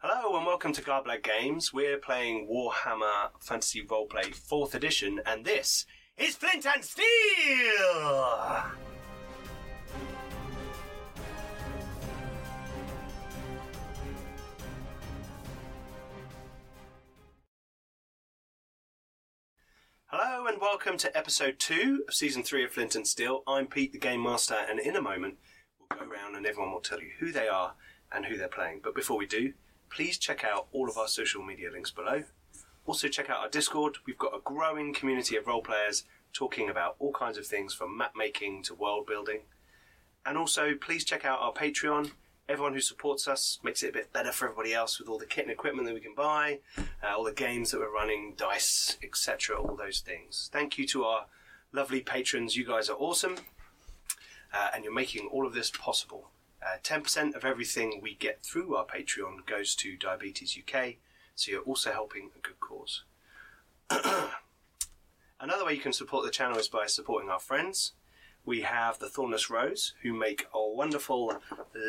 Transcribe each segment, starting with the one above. Hello and welcome to Garblad Games. We're playing Warhammer Fantasy Roleplay 4th Edition, and this is Flint and Steel! Hello and welcome to episode 2 of season 3 of Flint and Steel. I'm Pete the Game Master, and in a moment we'll go around and everyone will tell you who they are and who they're playing. But before we do, please check out all of our social media links below. Also, check out our Discord. We've got a growing community of role players talking about all kinds of things from map making to world building. And also, please check out our Patreon. Everyone who supports us makes it a bit better for everybody else with all the kit and equipment that we can buy, uh, all the games that we're running, dice, etc., all those things. Thank you to our lovely patrons. You guys are awesome, uh, and you're making all of this possible. Uh, 10% of everything we get through our Patreon goes to Diabetes UK, so you're also helping a good cause. Another way you can support the channel is by supporting our friends. We have the Thornless Rose, who make a wonderful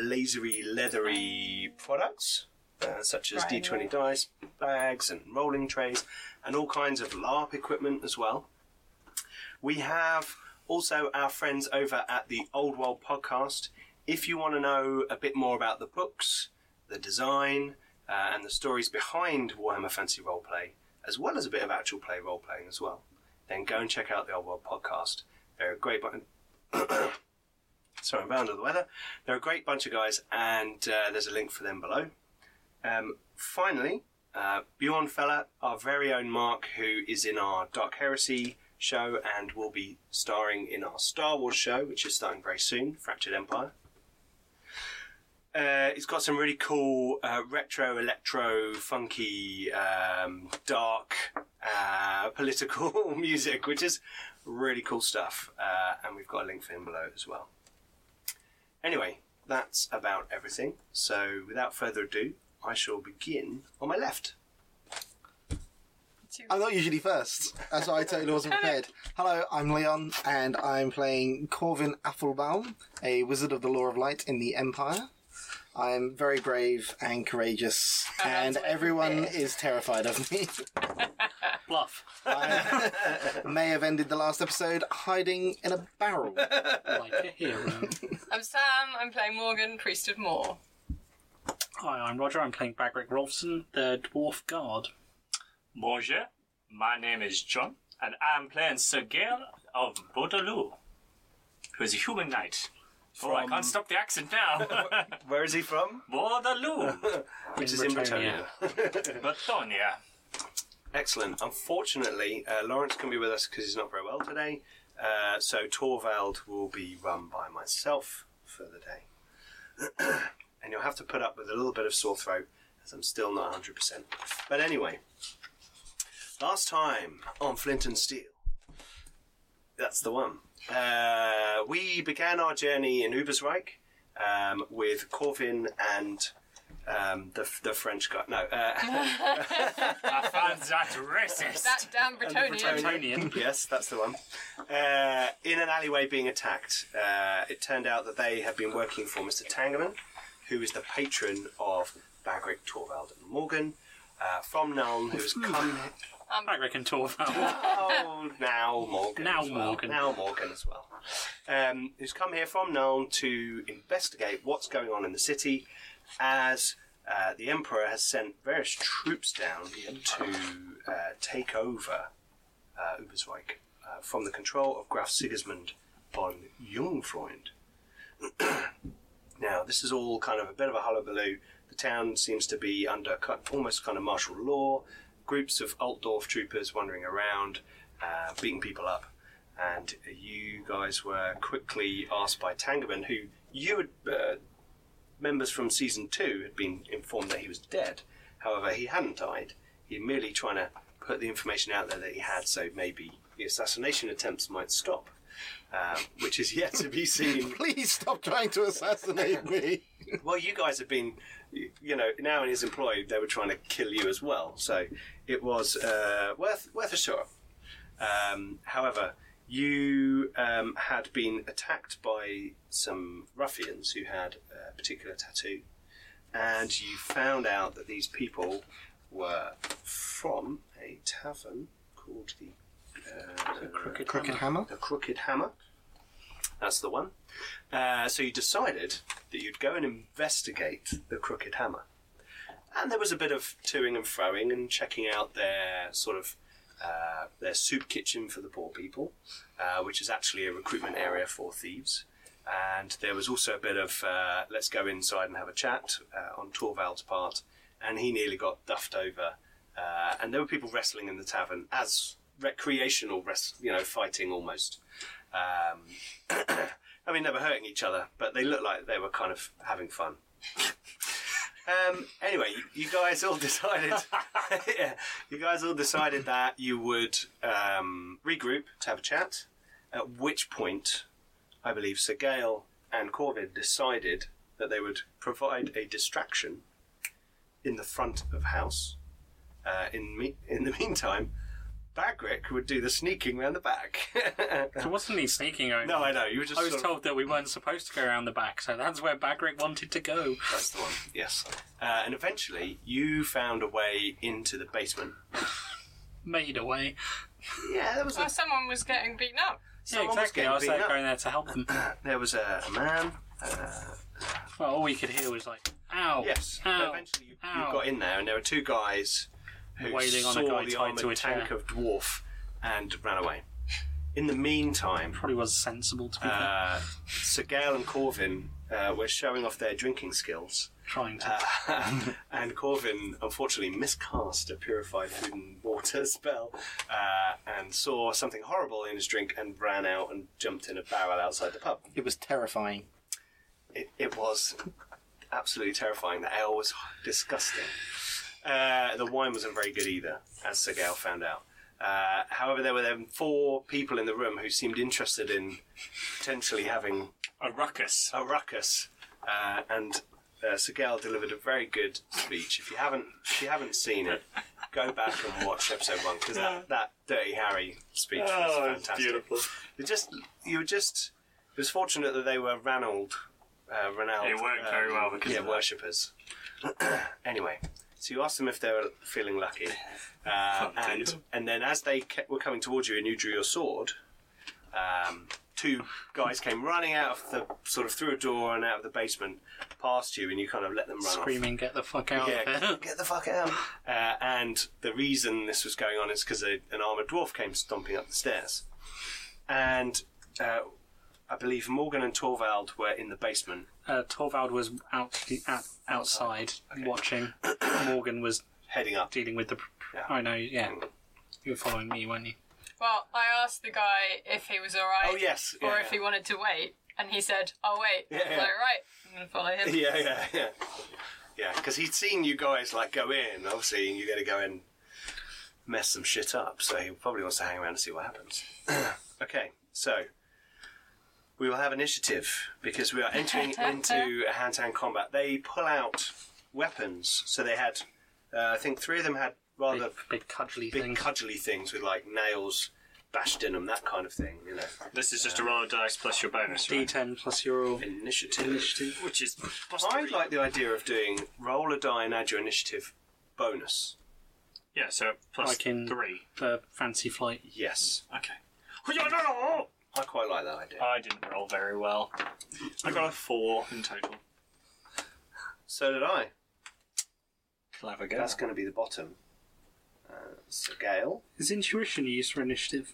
lasery, leathery products, uh, such as Right. D20 dice bags and rolling trays, and all kinds of LARP equipment as well. We have also our friends over at the Old World Podcast. If you want to know a bit more about the books, the design, uh, and the stories behind Warhammer Fantasy Roleplay, as well as a bit of actual play role playing as well, then go and check out the Old World Podcast. They're a great bunch. Sorry, I'm bound of the weather. They're a great bunch of guys, and uh, there's a link for them below. Um, finally, uh, Bjorn Feller, our very own Mark, who is in our Dark Heresy show and will be starring in our Star Wars show, which is starting very soon, Fractured Empire. Uh, it's got some really cool uh, retro, electro, funky, um, dark, uh, political music, which is really cool stuff. Uh, and we've got a link for him below as well. Anyway, that's about everything. So without further ado, I shall begin on my left. I'm not usually first. That's why I totally wasn't prepared. Hello, I'm Leon, and I'm playing Corvin Athelbaum, a wizard of the Law of Light in the Empire. I'm very brave and courageous, and everyone is terrified of me. Bluff. I may have ended the last episode hiding in a barrel. Like a hero. I'm Sam. I'm playing Morgan, Priest of Moor. Hi, I'm Roger. I'm playing Bagric Rolfson, the Dwarf Guard. Bonjour, my name is John, and I'm playing Sir Gael of Bordelou, who is a human knight. Oh, I can't stop the accent now. Where is he from? Bordelou, Which is in Britannia. Bretonia. Excellent. Unfortunately, uh, Lawrence can be with us because he's not very well today. Uh, so Torvald will be run by myself for the day. and you'll have to put up with a little bit of sore throat as I'm still not 100%. But anyway, last time on Flint and Steel. That's the one. Uh, we began our journey in Ubersreich um, with Corvin and um, the, the French guy. No. Uh, I found that racist. That damn Bretonian. Bretonian. Bretonian. yes, that's the one. Uh, in an alleyway being attacked, uh, it turned out that they had been working for Mr. Tangerman, who is the patron of Bagric, Torvald, and Morgan, uh, from Nuln, who's come. Bagric and Torvald. Oh, now Morgan. Now as well. Morgan. Now Morgan as well. Um, who's come here from Nuln to investigate what's going on in the city as uh, the Emperor has sent various troops down to uh, take over uh, Ubersreich uh, from the control of Graf Sigismund von Jungfreund. now, this is all kind of a bit of a hullabaloo. The town seems to be under ki- almost kind of martial law. Groups of Altdorf troopers wandering around, uh, beating people up. And you guys were quickly asked by Tangerman, who you had uh, members from season two had been informed that he was dead. However, he hadn't died. He was merely trying to put the information out there that he had, so maybe the assassination attempts might stop, um, which is yet to be seen. Please stop trying to assassinate me. well, you guys have been, y- you know, now in his employ, they were trying to kill you as well. So it was uh, worth worth a shot. Um, however, you um, had been attacked by some ruffians who had a particular tattoo and you found out that these people were from a tavern called the, uh, Crooked, Crooked hammer. Hammer. the Crooked Hammer. That's the one. Uh, so you decided that you'd go and investigate the Crooked Hammer. And there was a bit of toing and froing and checking out their sort of uh, their soup kitchen for the poor people, uh, which is actually a recruitment area for thieves. And there was also a bit of uh, let's go inside and have a chat uh, on Torvald's part, and he nearly got duffed over. Uh, and there were people wrestling in the tavern as recreational, wrest- you know, fighting almost. Um, I mean, they were hurting each other, but they looked like they were kind of having fun. Um, anyway, you- you guys all decided. yeah, you guys all decided that you would um, regroup to have a chat. At which point, I believe Sir Gael and Corvid decided that they would provide a distraction in the front of house. Uh, in me- in the meantime, Bagric would do the sneaking round the back. There wasn't any sneaking over. no, I know you were just. I was sort of- told that we weren't supposed to go around the back, so that's where Bagric wanted to go. That's the one. Yes. Uh, and eventually, you found a way into the basement. Made away. Yeah, there was Uh, Well, a someone was getting beaten up. Yeah, Someone was exactly. getting I was beaten there up. going there to help them. there was a, a man. Uh, Well, all we could hear was like, ow. yes. but Ow. eventually, you, you ow. got in there, and there were two guys who Wailing on a saw guy the tied armored to a chair. tank of dwarf and ran away. In the meantime, Probably was sensible to be fair. uh, Sir Gael and Corvin uh, were showing off their drinking skills. trying to. Uh, and Corvin unfortunately miscast a purified food and water spell uh, and saw something horrible in his drink and ran out and jumped in a barrel outside the pub. It was terrifying. It, it was absolutely terrifying. The ale was disgusting. Uh, the wine wasn't very good either, as Sir Gael found out. Uh, however, there were then four people in the room who seemed interested in potentially having A ruckus. a ruckus, uh, and uh, Sir Gael delivered a very good speech. If you haven't, if you haven't seen it, go back and watch episode one because that, that Dirty Harry speech Oh, was fantastic. It just you were just it was fortunate that they were Ranald, uh, Ranald. It worked very well because yeah, of that. worshippers. anyway, so you asked them if they were feeling lucky, uh, and dear. and then as they ke- were coming towards you and you drew your sword, um, two guys came running out of the sort of through a door and out of the basement past you, and you kind of let them run off. Screaming, get the fuck out uh, Yeah, of here. get, get the fuck out. Uh, and the reason this was going on is because an armored dwarf came stomping up the stairs. And uh, I believe Morgan and Torvald were in the basement. Uh, Torvald was out, out outside watching. Morgan was Heading up. dealing with the. pr- Yeah. Mm. I know, yeah. You were following me, weren't you? Well, I asked the guy if he was alright. Oh, yes. Or Yeah, if yeah. he wanted to wait. And he said, I'll wait. I was Yeah, yeah. like, right, I'm going to follow him. Yeah, yeah, yeah. Yeah, because he'd seen you guys like go in, obviously, and you're going to go and mess some shit up. So he probably wants to hang around and see what happens. okay, so we will have initiative because we are entering into a hand-to-hand combat. They pull out weapons, so they had, uh, I think, three of them had Big, rather big cudgely big thing. cudgely things with like nails bashed in them, that kind of thing. You know, This is just a roll of dice plus your bonus, right? D10 plus your initiative. initiative. Which is plus I three. like the idea of doing roll a die and add your initiative bonus. Yeah, so plus Like in- three. The fancy flight. Yes, Okay. Oh, yeah, no, no. I quite like that idea. I didn't roll very well. I got a four in total. so did I. Clever girl. That's going to be the bottom. Uh, so Gale. Is intuition used for initiative?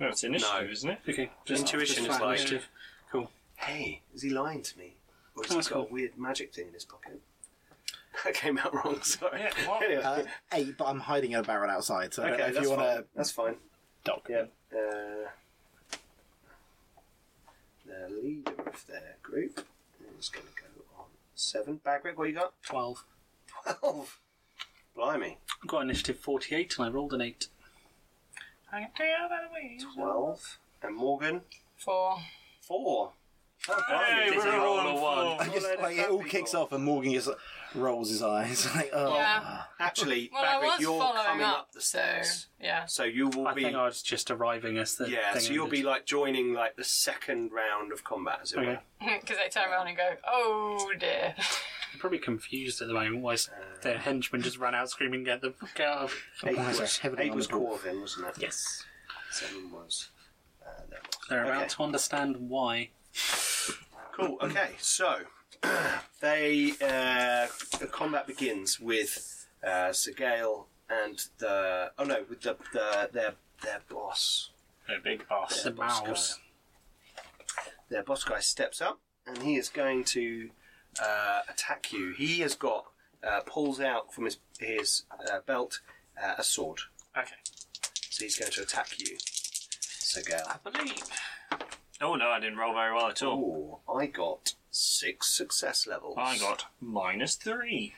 No, it's initiative, No. isn't it? Okay. Intuition flat is like- initiative. Cool. Hey, is he lying to me? Or has That's he got cool. a weird magic thing in his pocket? That came out wrong. Sorry. Yeah, what? Anyway. Uh, eight, but I'm hiding in a barrel outside, so I don't know okay, if you that's want fine. to. That's fine. Dog. Yeah. Uh, the leader of their group is going to go on seven. Bagrick, what you got? 12. Twelve. Blimey. I got initiative 48 and I rolled an 8. I can tell by the way. Twelve. And Morgan. Four. Four. Oh, Hey, blimey. we're roll all a on one. four. I just, Well, like, it all that kicks people- off, and Morgan just like, rolls his eyes. like, oh. Yeah. Actually, Well, I Bagric, was you're following coming up, up, the so stairs. yeah. So you will I be. think I was just arriving as the. Yeah, thing so you'll ended. be like joining like the second round of combat, as it Okay. were. Because they turn around and go, oh dear. They're probably confused at the moment. Why s- Uh. their henchmen just ran out screaming, "Get the fuck out!" of Eight Otherwise, was, it's heavily eight on was the dwarf. Corvin, wasn't it? Yes, Seven was. Uh, there was. they're about Okay. to understand why. Cool. Okay, so they uh, the combat begins with uh, Sir Gael and the oh no, with the, the their their boss. A big boss. The boss mouse. Their boss guy steps up and he is going to uh, attack you. He has got uh, pulls out from his his uh, belt uh, a sword, Okay. so he's going to attack you, Sir Gael. I believe. Oh no, I didn't roll very well at all. Oh, I got six success levels. I got minus three.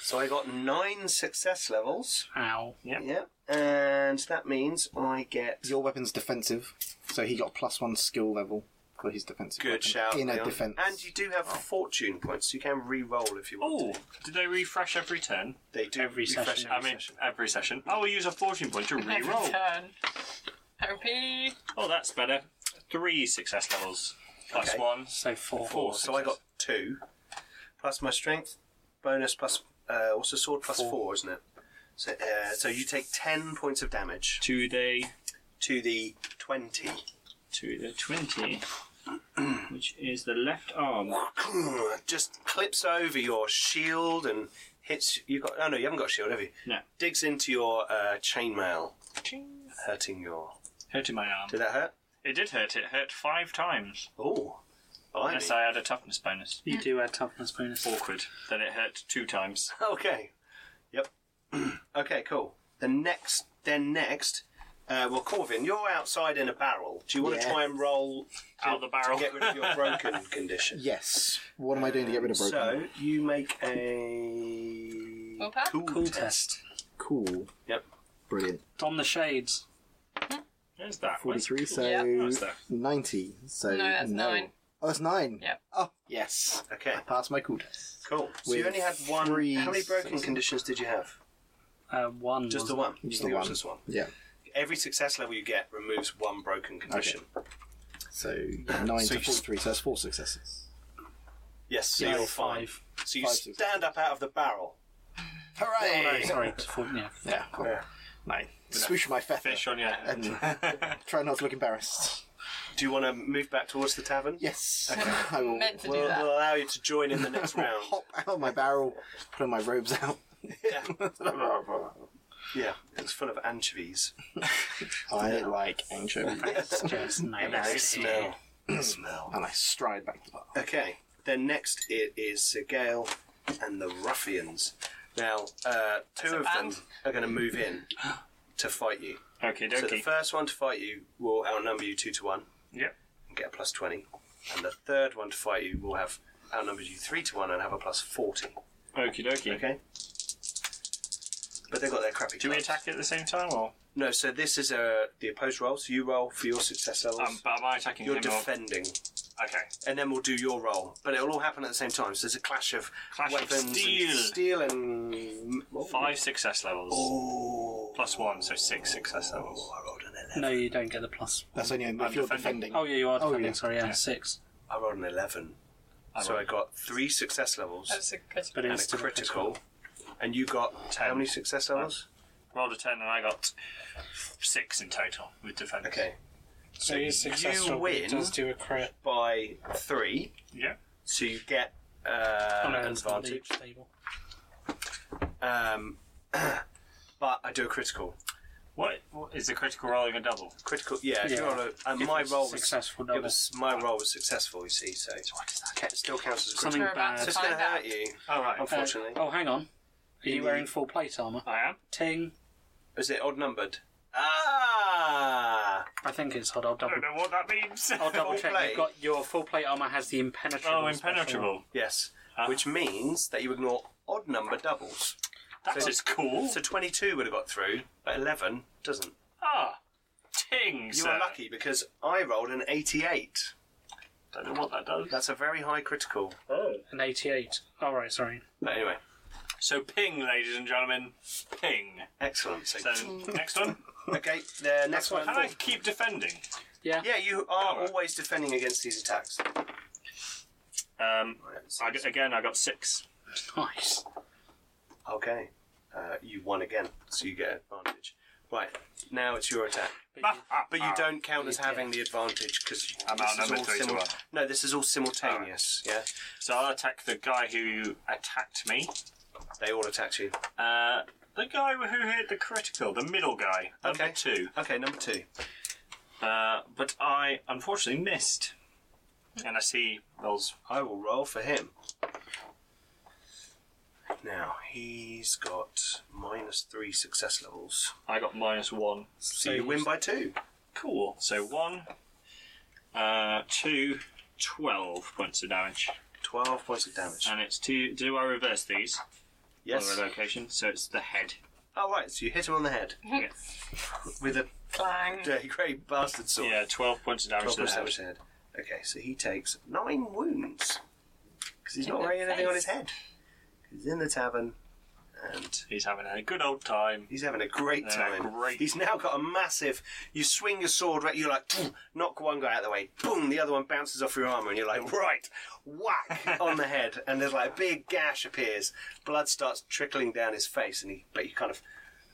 so I got nine success levels. Ow! Yep. Yeah, and that means I get Your weapon's defensive, so he got plus one skill level for his defensive. good weapon. shout In a Leon. defense. and you do have fortune points. so You can re-roll if you want. Oh, to. did they refresh every turn? they do every refresh session. every I mean, session. every session. I will use a fortune point to Every re-roll. turn. Happy. Oh, that's better. Three success levels. Plus Okay. one. So four. Four. So I got two plus my strength bonus plus uh, also sword plus 4 four, isn't it? So, uh, so you take ten points of damage To the to the twenty. to the twenty, which is the left arm. Just clips over your shield and hits. You've got oh no, you haven't got a shield, have you? No, Digs into your uh, chainmail, hurting your. hurting my arm. Did that hurt? It did hurt. It hurt five times. Oh, Unless I had a toughness bonus. You do add toughness bonus. Awkward. Then it hurt two times. Okay. Yep. okay, cool. The next, then next, uh, well, Corvin, you're outside in a barrel. Do you want to Yeah. try and roll to, Out the barrel. to get rid of your broken condition? Yes. What am I doing to get rid of broken? So you make a Willpower? Cool test. cool. Yep. Brilliant. Don the shades. There's that. Where's- 43, so Yeah. Oh, it's there. 90. So No, that's nine. Oh, that's nine? Yep. Oh, yes. Okay, I passed my cool test. cool. So you With only had one. three How many broken successes. conditions did you have? Uh, one. Just was- the one. I Just think the it was one. Just one. Yeah. Every success level you get removes one broken condition. So yeah, 9 So to you- 43, so that's four successes. Yes, so Yeah, you're fine. five. So you Five stand successes. up out of the barrel. Hooray! Oh, sorry. it's four- yeah. Yeah, cool. Yeah. Nine. Swoosh my feather. Fish on your head. And try not to look embarrassed. Do you want to move back towards the tavern? Yes. I will Meant to do We'll, that. we'll allow you to join in the next round. hop out of my barrel, put my robes out. Yeah. yeah, it's full of anchovies. I like anchovies. Just They nice. smell. smell. and I stride back to the bar. Okay, then next it is Sir Gael and the Ruffians. Now, uh, two of them band. are going to move in to fight you. Okay, So the dokie. first one to fight you will outnumber you two to one Yep. and get a plus twenty, and the third one to fight you will have outnumbered you three to one and have a plus forty. Okie dokie. Okay. But they've got their crappy. Do we cards. attack at the same time or? No, so this is uh, the opposed roll. So you roll for your success levels. Um, but am I attacking you're him or? defending, Okay. and then we'll do your roll. But it'll all happen at the same time. So there's a clash of Clash of weapons, steel. and steel, and oh. Five success levels. Oh. Plus one, so six success levels. I rolled an eleven. No, you don't get the plus. That's only if you're defending. defending. Oh yeah, you are Oh, defending. yeah. Sorry, yeah, six. I rolled an eleven. so I rolled- got three success levels That's a But good and it's a still critical. And you got how many success levels? Rolled a ten and I got six in total with defense. Okay, So he's you successful. but he win. does do a crit. by three, Yeah. so you get uh, Oh, no, it's not the advantage. table. Um, but I do a critical. What, what is the critical rolling a double? Critical, yeah. If Yeah. you're on a, and my It's role was successful. It Double. was my role was successful. You see, so it still counts as a critical. Something We're about bad. So to it's going to find out. hurt you. All right. Uh, Unfortunately, oh, hang on. Are the- you wearing full plate armor? I am. Ting. is it odd numbered? Ah, I think it's hot. I'll I double. don't know what that means. I'll double Full check. plate. You've got your full plate armor has the impenetrable. oh, special. impenetrable. yes. Ah. Which means that you ignore odd number doubles. That is So- cool. So twenty-two would have got through, but eleven doesn't. ah, ting. You sir. are lucky because I rolled an eighty-eight. Don't know what that does. That's a very high critical. Oh. An eighty-eight. All right, sorry. But anyway, So ping, ladies and gentlemen, ping. excellent. So, So next one. okay, the next one. Can I keep defending? Yeah. Yeah, you are Alright. always defending against these attacks. Um, I got- again, I got six. Nice. Okay. Uh, you won again, so you get advantage. Right, now it's your attack. Ah, But Ah, you don't count as having the advantage because I'm outnumbered three to one. No, this is all simultaneous. Yeah, So I'll attack the guy who attacked me. they all attack you. Uh, the guy who hit the critical, the middle guy, number Okay. two. Okay, number two. Uh, but I unfortunately missed. And I see rolls. I will roll for him. Now he's got minus three success levels, I got minus one. so, you win by two. Cool. So one, uh, two, twelve points of damage. Twelve points of damage. And it's two. Do I reverse these? yes. On the location. So it's the head. Oh right, so you hit him on the head Yeah, with a Clang. dirty grey bastard sword. yeah 12 points of damage Twelve to the points of head. damage to the head. Okay, so he takes nine wounds because he's In not the wearing anything on his face. head. He's in the tavern, and He's having a good old time. He's having a great Yeah, time. great. He's now got a massive. You swing your sword, right? You're like, "Phew," knock one guy out of the way, boom, the other one bounces off your armor, and you're like, right, whack on the head, and there's like a big gash appears. Blood starts trickling down his face, and he, but he kind of,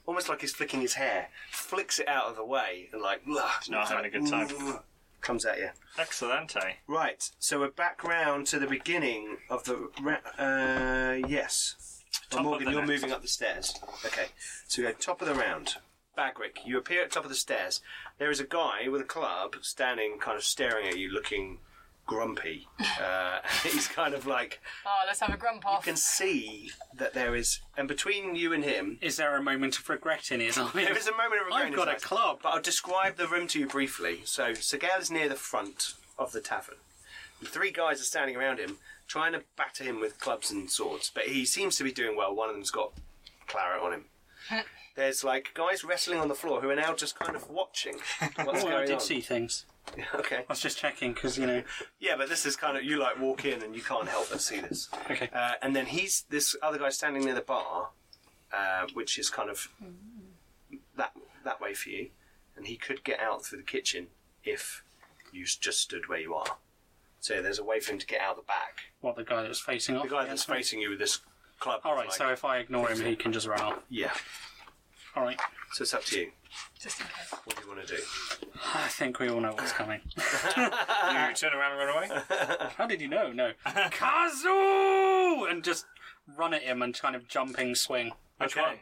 almost like he's flicking his hair, flicks it out of the way, and like, he's not having a good time. Comes at you. Excellente. Right, so we're back round to the beginning of the. Ra- uh, yes. Top of Morgan, the you're round. moving up the stairs. Okay, so we go top of the round. Bagrick, you appear at top of the stairs. There is a guy with a club standing, kind of staring at you, looking grumpy. Uh, he's kind of like Oh, let's have a grump you off. can see that there is, and between you and him, Is there a moment of regret in his eyes? there is a moment of regret. in I've his got a eyes. club. But I'll describe the room to you briefly. So, Segal is near the front of the tavern. The three guys are standing around him, trying to batter him with clubs and swords. But he seems to be doing well. One of them's got claret on him. There's like guys wrestling on the floor who are now just kind of watching what's Oh, going I did on. see things. Okay. I was just checking because you know. Yeah, but this is kind of you like walk in and you can't help but see this. Okay. Uh, and then he's this other guy standing near the bar, uh, which is kind of that that way for you, and he could get out through the kitchen if you s- just stood where you are. So there's a way for him to get out the back. What the guy that's facing off? The guy that's facing you with this club. All right. like- So if I ignore him, he can just run off. yeah. All right. So it's up to you. Just in case. What do you want to do? I think we all know what's coming. you turn around and run away? How did you know? No. Kazoo! And just run at him and kind of jumping swing. Which one?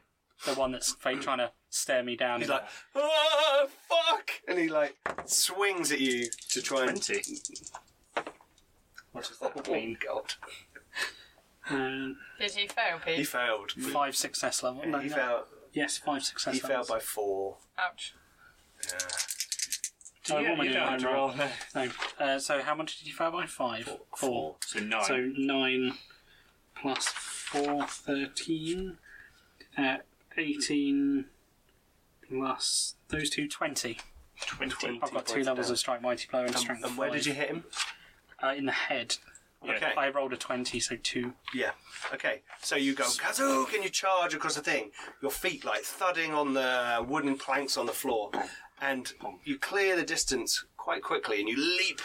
The one that's fake trying to stare me down. He's in- like, oh fuck, and he like swings at you to try and. 20. What does that mean? God. Mm, Did you fail, He Pete? failed. five success level. No, he no. failed. Yes, five success He failed levels. by four. Ouch. Yeah. Oh, woman, you don't roll. roll. No. Uh, so how much did you fail by? Five. Four. So 9. So nine plus four, thirteen. Uh, Eighteen plus those two, twenty. 20. I've got two points levels down. of strike mighty blow and strength. And where five. did you hit him? Uh, in the head. Yeah. Okay. I rolled a twenty, so two. Yeah. Okay. So you go, Kazook, and you charge across the thing. Your feet like thudding on the wooden planks on the floor, and you clear the distance quite quickly, and you leap,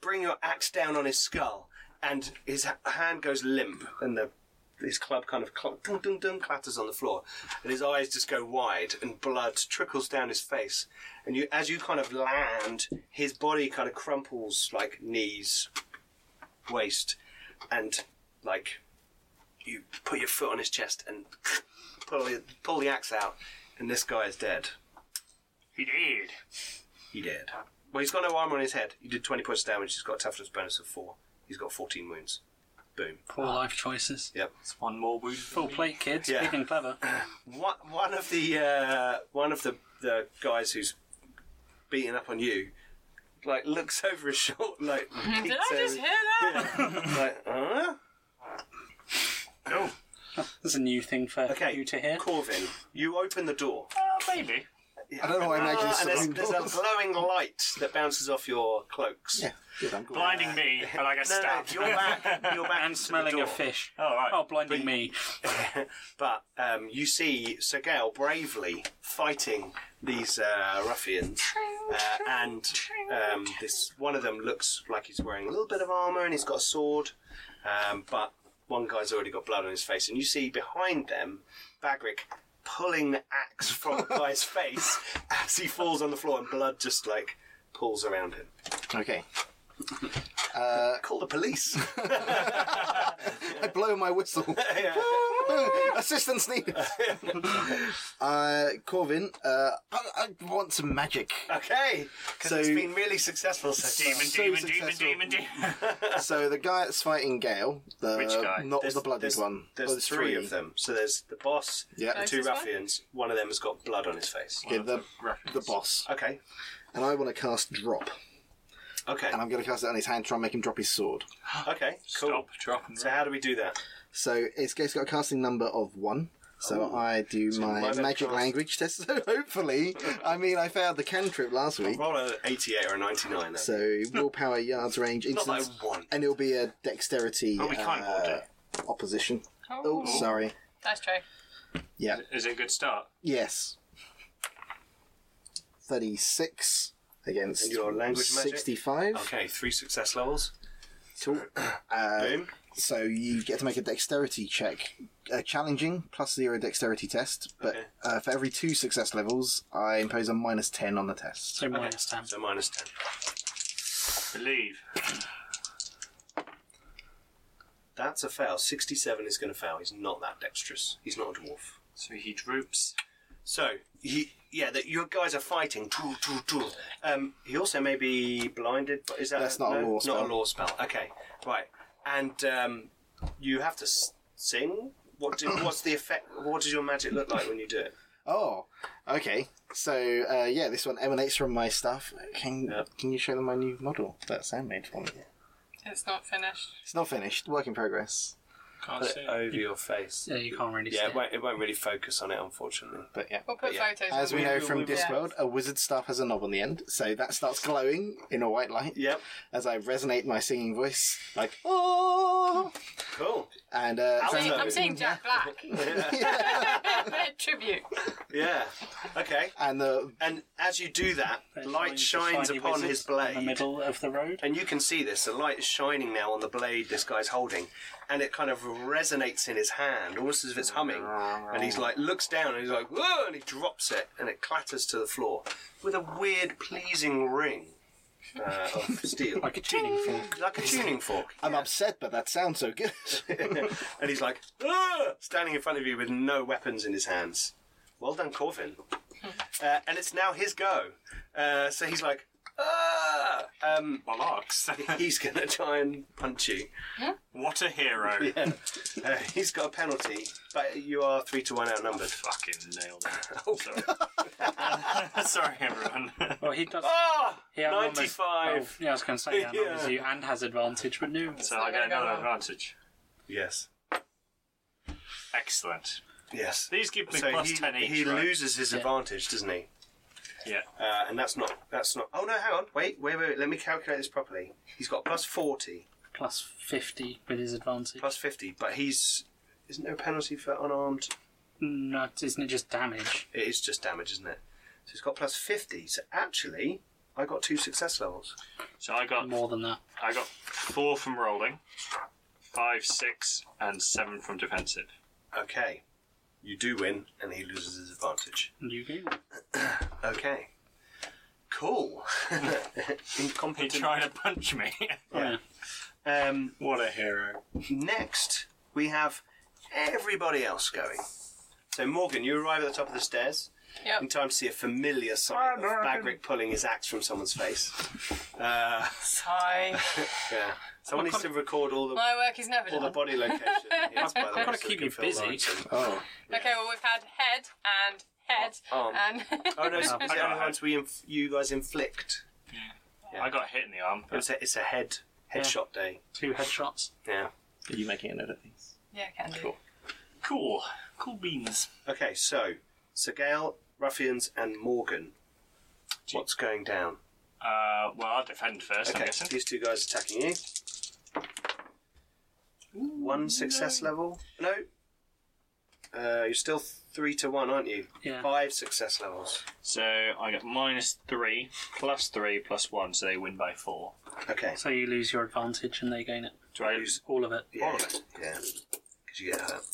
bring your axe down on his skull, and his h- hand goes limp, and the his club kind of cl- dun, dun, dun, clatters on the floor, and his eyes just go wide, and blood trickles down his face. And you, as you kind of land, his body kind of crumples like knees, waist, and like you put your foot on his chest and pull the, pull the axe out, and this guy is dead. He did. He dead. Well, he's got no armor on his head. He did 20 points of damage. He's got a toughness bonus of four. He's got 14 wounds. Boom. Poor life choices. Yep. It's one more wound. Full plate, kids. Ah. Yeah. Big and clever. One, one of the uh, one of the, the guys who's beating up on you, like looks over his shoulder, like Did I just hear that? like huh? That's a new thing for Okay. you to hear. Corvin, you open the door. Uh, maybe. I don't know why I imagine Ah, and this there's, is there's a glowing light that bounces off your cloaks. Yeah, good, I'm good. Blinding me, but I get No, no, stabbed. you're back. You're back. And to the smelling door. of fish. Oh, right. Oh, blinding me. But um, you see Sergel bravely fighting these uh, ruffians, uh, and um, this one of them looks like he's wearing a little bit of armor and he's got a sword, um, but One guy's already got blood on his face, and you see behind them Bagric pulling the axe from the guy's face as he falls on the floor, and blood just like pulls around him. Okay. Call the police. I blow my whistle. Yeah. Assistance needed. uh, Corvin, uh, I, I want some magic. Okay, because So- it's been really successful so far. Demon, So demon, demon, successful. demon, demon. So the guy that's fighting Gale, the Which guy? not There's- the bloodied there's- one. There's, Oh, three, of them. So there's the boss, Yeah. the two Closest one? ruffians. One of them has got blood on his face. Okay, the Ruffians. the boss. Okay, And I want to cast drop, okay, and I'm going to cast it on his hand, try and make him drop his sword. okay. Cool. Stop, drop, and So how do we do that? So it's, it's got a casting number of one. So I do my might have magic cast- language test. So hopefully, I mean, I failed the cantrip last week. Roll a 88 or a 99. Then. So willpower, yards, range, Not that instance, I want. and it'll be a dexterity But we can't uh, hold it. opposition. Oh, Oh, sorry. nice try. Yeah. Is it a good start? Yes. Thirty-six against And your language magic? sixty-five. Okay, three success levels. Cool. Uh, Boom. so you get to make a dexterity check, a challenging plus zero dexterity test. But Okay. uh, for every two success levels, I impose a minus ten on the test. So minus ten. So minus 10. Believe. That's a fail. 67 is going to fail. He's not that dexterous. He's not a dwarf. So he droops. So he, yeah, that your guys are fighting. Doo, doo, doo. Um, he also may be blinded. But is that That's not a no? law spell. Not a law spell. Okay, right. And um, you have to s- sing. What do, what's the effect? What does your magic look like when you do it? Oh, okay. So uh, yeah, this one emanates from my stuff. Can can you show them my new model that Sam made for me? It's not finished. It's not finished. Work in progress. Can't see. over your face. Yeah, you can't really see. uh, Yeah, it. it won't, it won't really focus on it, unfortunately. But yeah. We'll put yeah, photos. As on we it. know we- from we- yeah. Discworld, a wizard staff has a knob on the end, so that starts glowing in a white light Yep. as I resonate my singing voice, like oh, Cool. and uh, I'm so- See, Hello. I'm seeing Jack Black. Yeah. Tribute. yeah. Okay. and the And as you do that, There's light the shines shiny upon wizard his in blade. the middle of the road. And you can see this. The light is shining now on the blade this guy's holding, and it kind of resonates in his hand, almost as if it's humming. And he's like, looks down, and he's like, whoa, and he drops it, and it clatters to the floor with a weird, pleasing ring uh, of steel, Like a tuning fork. like a tuning fork. I'm upset, but that sounds so good. Oh. and he's like, "Ah!" standing in front of you with no weapons in his hands. Well done, Corvin. Uh, and it's now his go. Uh, so he's like, ah! um, Bollocks. he's going to try and punch you. what a hero. Uh, he's got a penalty, but you are three to one outnumbered. Fucking nailed it. Sorry. Sorry, everyone. Well, he does. Ah, Yeah, I'm almost- 95. Oh, yeah, I was going to say yeah, Yeah. yeah. you and has advantage, but no. so I get gonna go another well. advantage. Yes, Excellent. yes. These give me So plus he, 10 each. he right? loses his advantage, doesn't he? Yeah. Uh, and that's not that's not. Oh no, hang on. Wait, wait, wait. wait. Let me calculate this properly. He's got plus forty, Plus fifty with his advantage. plus fifty, but he's isn't there a penalty for unarmed? No, isn't it just damage? It is just damage, isn't it? So he's got plus fifty. So actually, I got two success levels. So I got More than that. I got four from rolling, five, six, and seven from defensive. Okay, you do win, and he loses his advantage. And You do. Okay. Cool. He Incompetent. tried to punch me. Yeah. Um, What a hero. next, we have everybody else going. So, Morgan, you arrive at the top of the stairs in Yep. time to see a familiar sight of Bagric pulling his axe from someone's face. Uh, Sigh. yeah. Someone needs to record all the, My work is never all the done. body location. Yes, by the way, I've gotta so we keep can you fill busy. lines in. oh, Okay, well we've had head and head Arm. and. Oh, no, it's, I it's the got only a ones we inf- you guys inflict. I got hit in the arm. It's a, it's a head headshot day. Two headshots. Yeah. are you making a note of these? yeah, can do. Cool. Cool beans. Okay, so Sir Gael, Ruffians, and Morgan. What's going down? Uh, well, I'll defend first, I'm Okay, guessing. these two guys attacking you. One success level. No. Uh, you're still three to one, aren't you? Yeah. Five success levels. So I get minus three, plus three, plus one, so they win by four. Okay. So you lose your advantage and they gain it. Do I lose? All of it. Yeah. Yeah. Because you get hurt.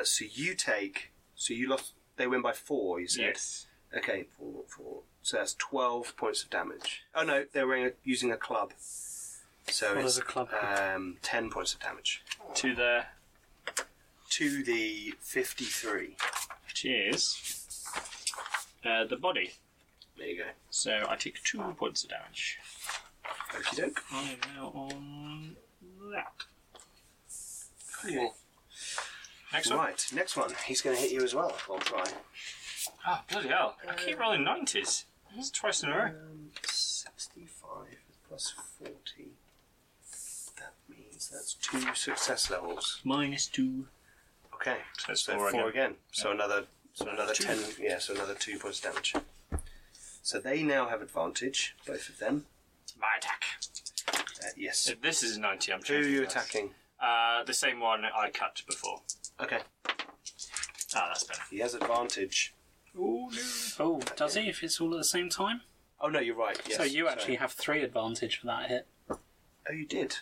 Uh, so you take. So you lost. They win by four. You said. Yes. Okay. Four. Four. So that's twelve points of damage. Oh no, they were in- using a club. So What it's is a club? um, ten points of damage To the to the fifty-three. which is uh, the body. There you go. So I take two points of damage. Okie doke. I'm now on that. Cool. Next one. Right. Next one. He's going to hit you as well. I'll try. Ah, bloody hell! I keep rolling nineties. It's twice in a row. Um, 65 plus 40. That means that's two success levels. Minus two. Okay. So it's So four, again. So another so another Two. 10 yeah, so another 2 points of damage. So they now have advantage, both of them. My attack. Uh, yes. So this is ninety. I'm Who are changing you this. attacking? Uh, the same one I cut before. Okay. Ah, that's better. He has advantage. Oh, oh, does he? If it's all at the same time? Oh no, you're right. Yes. so you Sorry. actually have three advantage for that hit. Oh, you did.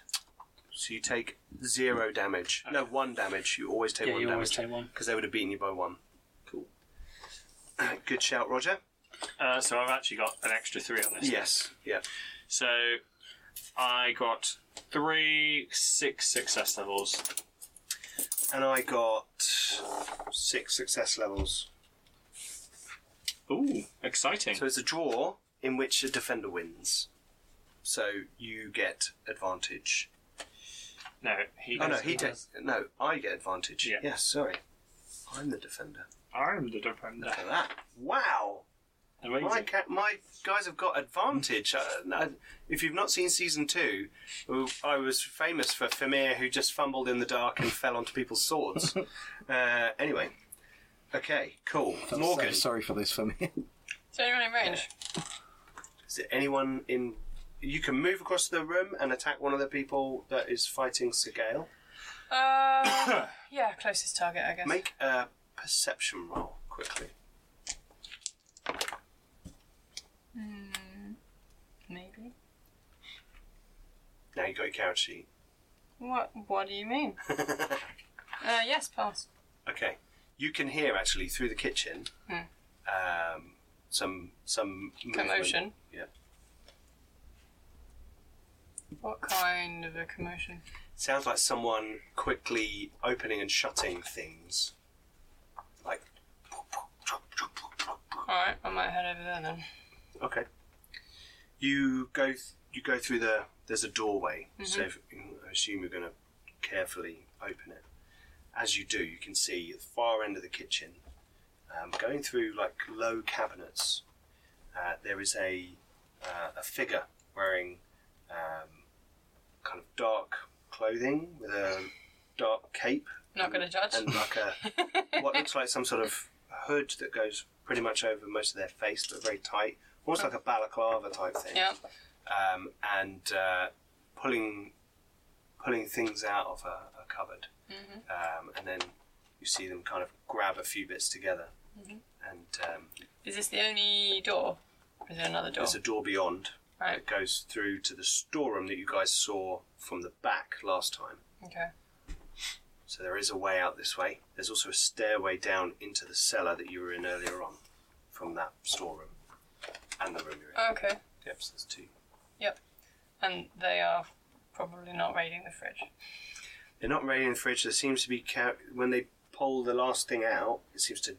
So you take 0 damage. No, 1 damage. You always take yeah, 1 you always damage take one. because they would have beaten you by 1. Cool. Good shout, Roger. Uh, so I've actually got an extra three on this. Yes. Yeah. So I got three six success levels. And I got six success levels. Ooh, exciting. So it's a draw in which a defender wins. So you get advantage. no, he. Oh no, does- he does. No, I get advantage. Yeah. Yes, sorry. I'm the defender. I'm the defender. Look at that. Wow. Amazing. My, ca- my guys have got advantage. Uh, no, if you've not seen season two, uh, I was famous for Famir who just fumbled in the dark and fell onto people's swords. uh, anyway. Okay, cool. I'm so Morgan. sorry for this for me. Is anyone in range? Is there anyone in? You can move across the room and attack one of the people that is fighting Segale. Uh, yeah, closest target, I guess. Make a perception roll quickly. Hmm, Maybe. Now you got your character sheet. What? What do you mean? Uh, yes, pass. okay, you can hear actually through the kitchen Hmm. um, some some movement. Commotion. Yeah, What kind of a commotion? sounds like someone quickly opening and shutting things. Like Alright, I might head over there then. Okay. You go. Th- you go through the. There's a doorway, so if, I assume you're going to carefully open it. As you do, you can see at the far end of the kitchen, um, going through like low cabinets. Uh, there is a uh, a figure wearing um, kind of dark clothing with a dark cape Not gonna judge. and like a what looks like some sort of hood that goes pretty much over most of their face, but very tight, almost like a balaclava type thing. yeah. Um, and uh, pulling pulling things out of a, a cupboard, Mm-hmm. um, and then you see them kind of grab a few bits together. Mm-hmm. And um, Is this the only door? Or is there another door? there's a door beyond Right. that goes through to the storeroom that you guys saw from the back last time. Okay. So there is a way out this way. There's also a stairway down into the cellar that you were in earlier on from that storeroom and the room you're in. Oh, Okay. Yep, so there's two. Yep. And they are probably not raiding the fridge. They're not raiding the fridge. There seems to be, ca- when they pull the last thing out, it seems to,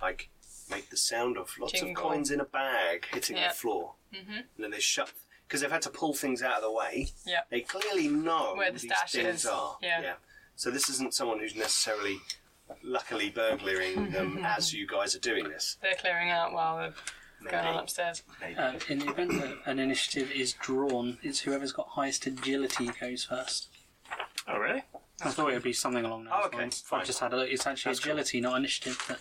like, make the sound of lots of Jingle. coins in a bag hitting Yeah. the floor. Mm-hmm. And then they shut, because they've had to pull things out of the way. Yeah. They clearly know Where the these stash things is. are. Yeah. So this isn't someone who's necessarily luckily burglaring them as you guys are doing this. They're clearing out while they're Maybe. going on upstairs. Maybe. Uh, in the event that an initiative is drawn, it's whoever's got highest agility goes first. oh really? I thought it would be something along those Oh, okay, lines. fine. I've just had a look. It's actually That's cool. agility, not initiative. But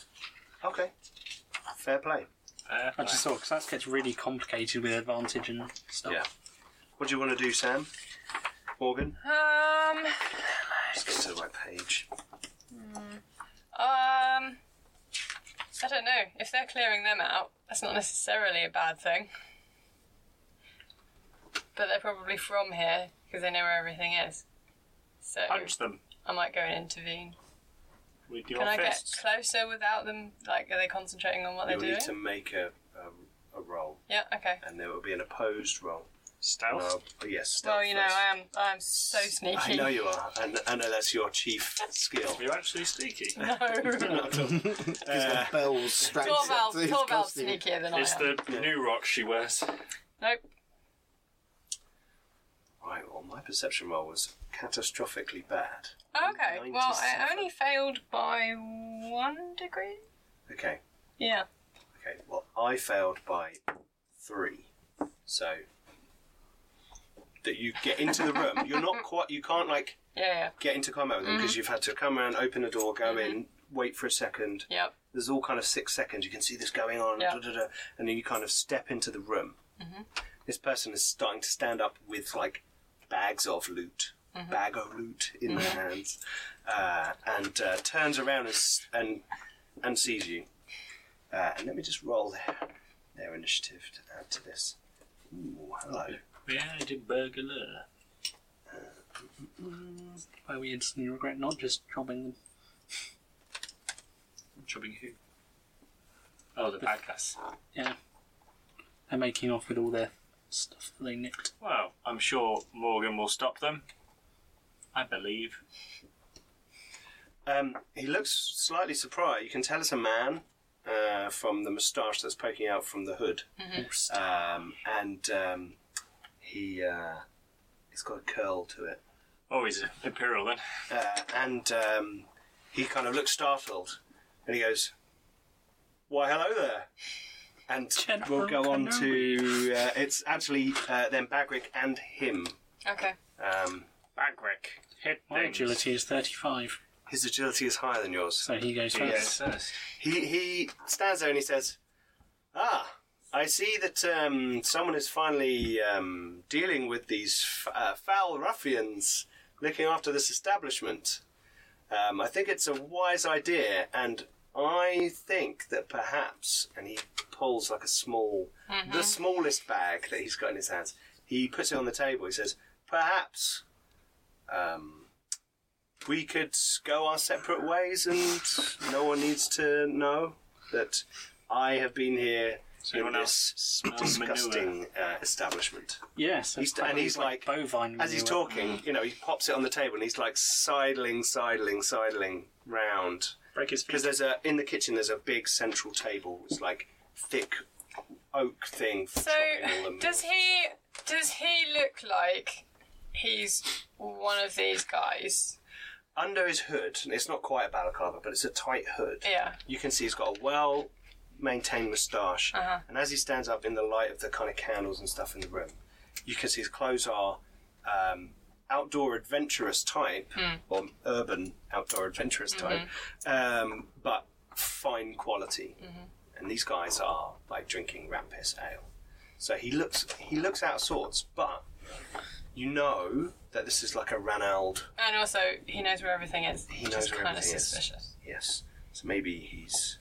Okay. Fair play. Uh, I just saw because that gets really complicated with advantage and stuff. Yeah. What do you want to do, Sam? Morgan? Um, Let's get to the right page. Um, I don't know. If they're clearing them out, that's not necessarily a bad thing. But they're probably from here because they know where everything is. So Punch them I might go and intervene. with your Can I get fists. closer without them? Like, are they concentrating on what You'll they're doing? need to make a, um, a, a roll, Yeah. Okay. and there will be an opposed roll. Stealth. No, but yes, stealth Well, you know, first. I am. I am so sneaky. I know you are, and I know that's your chief skill. You're actually sneaky. No. Uh, Bells strapped Torvald, to his Torvald's costume. sneakier than It's I am. the new rock she wears. Nope. right, well, my perception roll was catastrophically bad. Oh, Okay. Well, I 97. only failed by one degree. Okay, Yeah. okay. Well, I failed by three, so that you get into the room. You're not quite. You can't like Yeah. get into combat with them Mm-hmm. because you've had to come around, open the door, go in, wait for a second. Yeah. Yep. There's all kind of six seconds. You can see this going on, Yeah. da, da, da, and then you kind of step into the room. This person is starting to stand up with like bags of loot, bag of loot in their hands, uh, and uh, turns around and s- and, and sees you. Uh, and let me just roll their, their initiative to add to this. Ooh, hello. Yeah, I did burglar. Why we instantly regret not just dropping them. Chopping who? Oh, the bad guys. They're making off with all their stuff that they nicked. Well, I'm sure Morgan will stop them. I believe. Um, he looks slightly surprised. You can tell it's a man uh, from the moustache that's poking out from the hood, um, and um, he uh, it's got a curl to it, Oh, he's Imperial then. uh, and um, he kind of looks startled, and he goes, "Why, hello there." And we'll General go on to uh, it's actually uh, then Bagric and him. Okay. Um, Bagrick. Hit My things. agility is 35, his agility is higher than yours. so he goes first. Yes. yes. He he stands there and he says, "Ah, I see that um, someone is finally um, dealing with these f- uh, foul ruffians looking after this establishment. Um, I think it's a wise idea, and I think that perhaps." And he pulls like a small, the smallest bag that he's got in his hands. He puts it on the table. He says, "Perhaps." Um, we could go our separate ways and no one needs to know that I have been here in anyone this disgusting uh, establishment. Yes, He's- that's and he's like- bovine. As he's manure. talking, you know, he pops it on the table and he's like sidling, sidling, sidling round. Break his Because feet. there's a, in the kitchen, there's a big central table. It's like thick oak thing. for So, chopping all the does meals. he does he look like he's one of these guys? Under his hood, and it's not quite a balaclava, but it's a tight hood. Yeah. you can see he's got a well maintained moustache. And as he stands up in the light of the kind of candles and stuff in the room, you can see his clothes are um, outdoor adventurous type, or urban outdoor adventurous type, um, but fine quality. And these guys are like drinking rat piss ale. So he looks he looks out of sorts, but you know that this is like a Ranald. And also, he knows where everything is. He which knows is where kind of everything is. suspicious. Yes. So maybe he's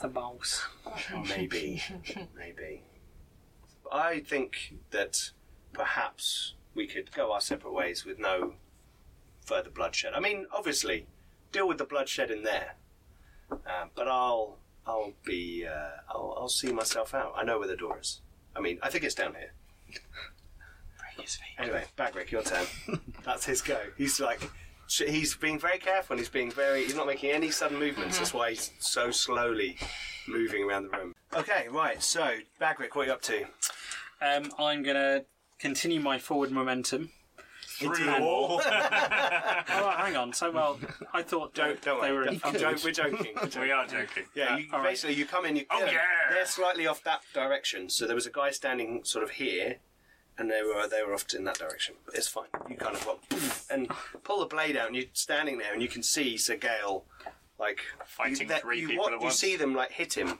The balls. Maybe, maybe. I think that perhaps we could go our separate ways with no further bloodshed. I mean, obviously, deal with the bloodshed in there. Uh, but I'll, I'll be, uh, I'll, I'll see myself out. I know where the door is. I mean, I think it's down here. Anyway, Bagrick, your turn. That's his go. He's like, sh- he's being very careful. and He's being very. He's not making any sudden movements. That's why he's so slowly moving around the room. Okay, right. So, Bagrick, what are you up to? Um, I'm going to continue my forward momentum. Through the wall. Oh, hang on. So, well, I thought Don't, don't they worry. were. I'm jo- we're joking. we are joking. Yeah, you, all right. basically you come in. You, Oh, they're- yeah. they're slightly off that direction. So there was a guy standing sort of here, and they were they were off in that direction. But it's fine. You kind of go, and pull the blade out, and you're standing there, and you can see Sir Gale, like Fighting you, that- three you, people wa- at You once. see them like hit him,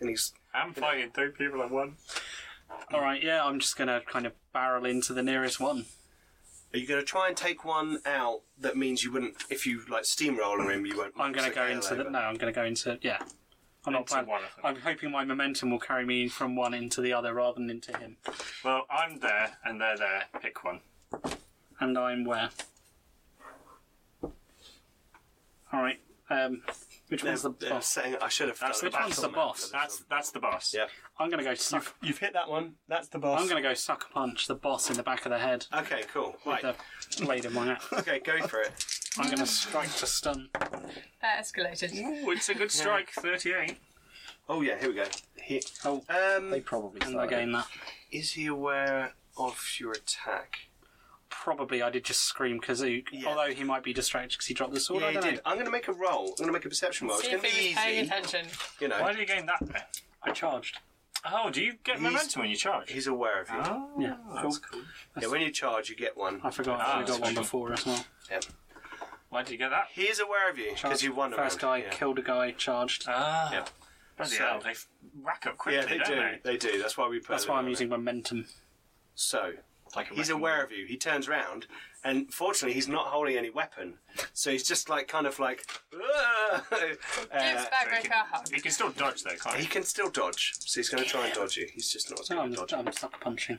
and he's I'm fighting three people at once. All right, yeah, I'm just going to kind of barrel into the nearest one. Are you going to try and take one out that means you wouldn't, if you like steamroller him, you won't? I'm going knock to go his into tail the. over? No, I'm going to go into. Yeah. I'm not Into planning. one of them. I'm hoping my momentum will carry me from one into the other rather than into him. Well, I'm there and they're there. Pick one. And I'm where? Alright. Um, which They're- one's the they're boss? saying I should have. That's done the a boss. battle Which one's map the for That's this that's the boss. Yeah. I'm going to go suck. one. You've hit that one. That's the boss. I'm going to go sucker punch the boss in the back of the head. Okay, cool. Right. The blade of my axe. Okay, go for it. I'm going to strike to stun. That escalated. Ooh, it's a good strike. Thirty-eight. Oh yeah, here we go. He, Oh, um, They probably and I started. gain that. is he aware of your attack? Probably I did just scream because he, Yeah. although he might be distracted because he dropped the sword. yeah, I he don't did. know. I'm going to make a roll. I'm going to make a perception roll. See it's if going to be he was paying easy. attention. You know, Why do you gain that? There? I charged. Oh, do you get He's- momentum when you charge? he's aware of you. oh, Yeah, that's cool. Yeah, when you charge, you get one. I forgot. Ah, I got one sweet. before as well. Yeah. Why did you get that? He is aware of you because you won. a First guy round. yeah. killed a guy. Charged. Ah. Yeah. Bloody So- hell, they f- rack up Yeah, quickly, they don't do. they? They do. That's why we. Put That's a why limit on I'm it. using momentum. So Like a he's wrecking aware ball. of you. He turns round, and fortunately, he's not holding any weapon. So he's just like kind of like. "Ugh." Gives Uh, back So Rick he, a can, hug. he can still dodge though, can't he he? can still dodge, so he's going to try and dodge you. He's just not as No, good I'm, at dodging. I'm sucker punching.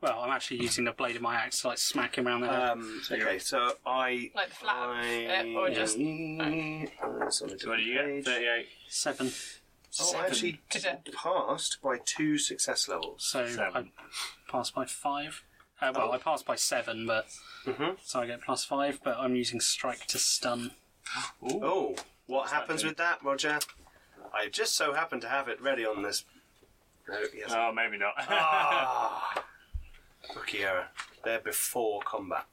Well, I'm actually using the blade of my axe to like smack him around the head. Um, okay, so I. Like the flap, I, uh, or just- Oh, that's on a What do you get? different page. Thirty-eight. Seven. Oh, I actually Did passed by two success levels. So Seven. I passed by five. Uh, well, Oh. I passed by seven, but Mhm. so I get plus five. But I'm using strike to stun. Ooh. Oh, what that happens do? with that, Roger? I just so happen to have it ready on this. No, yes. Oh, maybe not. Ah! Rookie error. They're before combat.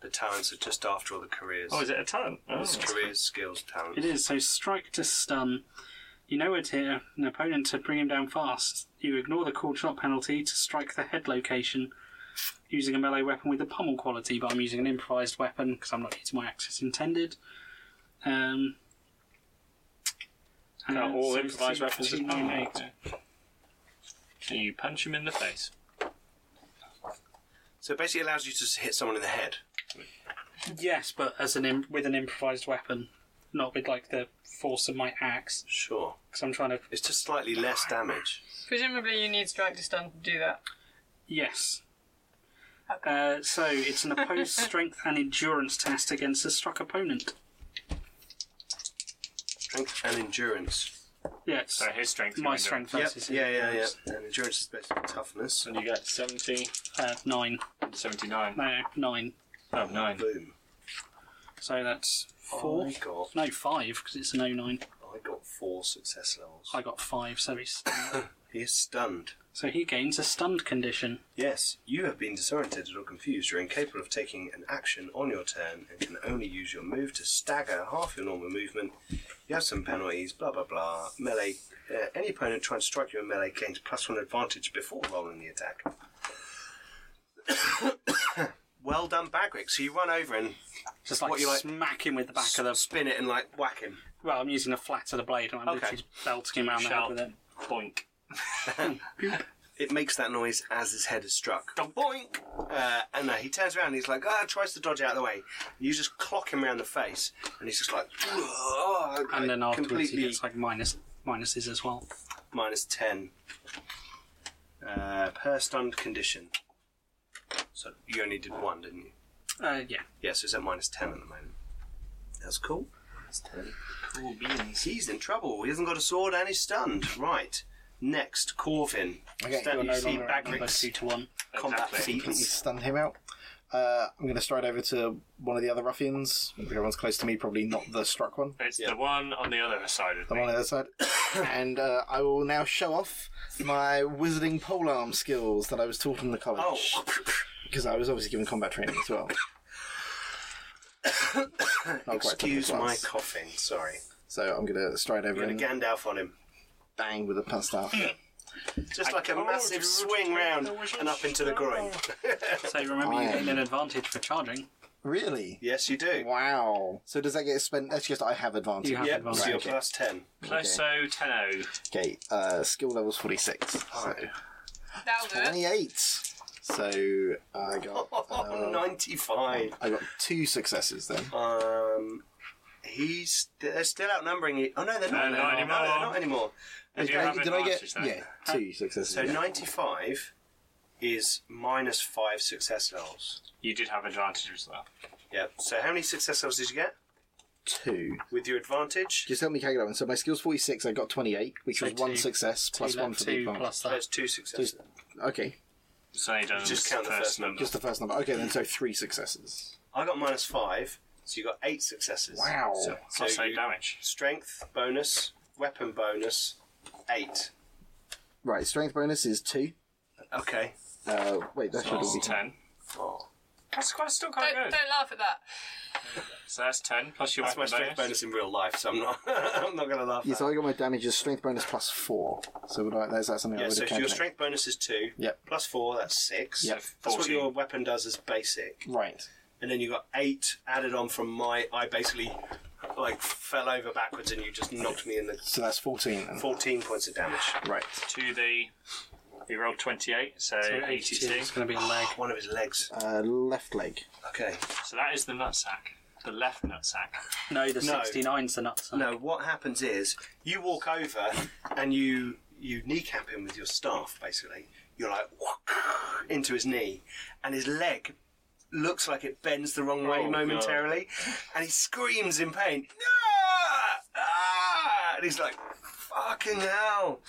The talents are just after all the careers. oh, is it a ton? Oh, It's careers, skills, It talents. is so strike to stun. You know it here, an opponent to bring him down fast. You ignore the cool shot penalty to strike the head location using a melee weapon with the pommel quality, but I'm using an improvised weapon because I'm not using my axe as intended. Um, Are uh, all so improvised two- weapons two as well? nine eight. Okay. And you punch him in the face. So it basically allows you to s- hit someone in the head. Yes, but as an im- with an improvised weapon, not with like the force of my axe. Sure. Because I'm trying to. It's just slightly less damage. Presumably you need strike to stun to do that. Yes. Uh, so it's an opposed strength and endurance test against a struck opponent. Strength and endurance. Yes. So his strength. My your endurance. strength versus Yeah, yeah, yeah. endurance. And endurance is based on toughness. And you get 70, Uh, nine. 79. No, nine. Oh, nine. Boom. So that's four. I got, No, five because it's an 09. I got four success levels. I got five, so he's He is stunned. so he gains a stunned condition. Yes, you have been disoriented or confused. You're incapable of taking an action on your turn and can only use your move to stagger half your normal movement. You have some penalties, blah blah blah. Melee. Uh, any opponent trying to strike you in melee gains plus one advantage before rolling the attack. well done, Bagric. So you run over and Just like What, you like- smack him with the back of the. spin it and like whack him. Well, I'm using the flat of the blade and I'm Okay. literally belting him around the head Sharp. with it. Boink. It makes that noise as his head is struck. Boink! Uh, and uh, he turns around and he's like, ah, tries to dodge out of the way. You just clock him around the face, and he's just like, "Ugh," And then like, afterwards completely he gets like minus minuses as well. minus 10 uh, per stunned condition. So you only did one, didn't you? Uh, yeah. Yeah, so he's at minus 10 at the moment. That's cool. Minus 10. Cool beans. He's in trouble. He hasn't got a sword and he's stunned. Right. Next, Corvin. Okay. Stand- You're you no see longer at number Bagric's two to one. combat Exactly. Completely feats. stunned him out. Uh, I'm going to stride over to one of the other ruffians. Everyone's close to me, probably not the struck one. It's Yeah. the one on the other side of The me. one on the other side. and uh, I will now show off my wizarding polearm skills that I was taught in the Oh, college. Because I was obviously given combat training as well. Not quite top of excuse my class. coughing. Sorry. So I'm going to stride over You're and going to Gandalf on him. bang with a pasta. Just like a told massive you to swing take round the wizard's and up into the groin. So remember, you Fine. gain an advantage for charging. really? yes, you do. Wow. So does that get spent? That's just I have advantage. You have Yep, advantage. so you're okay. plus 10. Plus so, 10 Okay, uh, skill level's 46. Oh, That'll do it. 28. So I got uh, 95. I got two successes then. Um, he's they're still outnumbering you. Oh no, they're not, No, not No, they're anymore. not anymore. They do Did I- have did I get advantage, though. yeah two successes? So yeah. 95 is minus five success levels. You did have advantage as well. Yeah. So how many success levels did you get two. with your advantage? Just help me calculate. So my skills forty six. I got twenty eight, which So was one two- success plus two, one for the two advantage. plus that. That's two successes. Okay, So you don't Just count the first number. just the first number. Okay, then so three successes. I got minus five, so you got eight successes. Wow. So, so Plus eight you- damage. strength bonus, weapon bonus, eight. Right, strength bonus is two. Okay. Uh, wait, that should Plus be ten. Oh, That's quite still quite Don't, good. don't laugh at that. So that's ten plus your that's my weapon strength bonus. bonus in real life, so I'm not. I'm not going to laugh. Yeah, at so I got my damage as strength bonus plus four. So would I, is that something I Yeah, would so have if your calculated? strength bonus is two. Yep. Plus four, that's six. Yep. That's what 14. your weapon does as basic. Right. And then you got eight added on from my. I basically like fell over backwards and you just knocked me in the So that's 14. then. 14 points of damage. Right. To the you rolled twenty eight, so, So 82 eighty two. is going to be a leg. One of his legs. Uh, left leg. Okay. So that is the nutsack. The left nutsack. No, the No. 69's the nutsack. No, what happens is you walk over and you you kneecap him with your staff. Basically, you're like into his knee, and his leg looks like it bends the wrong way Oh, momentarily, and he screams in pain. "No!" Ah! And he's like, "Fucking hell!"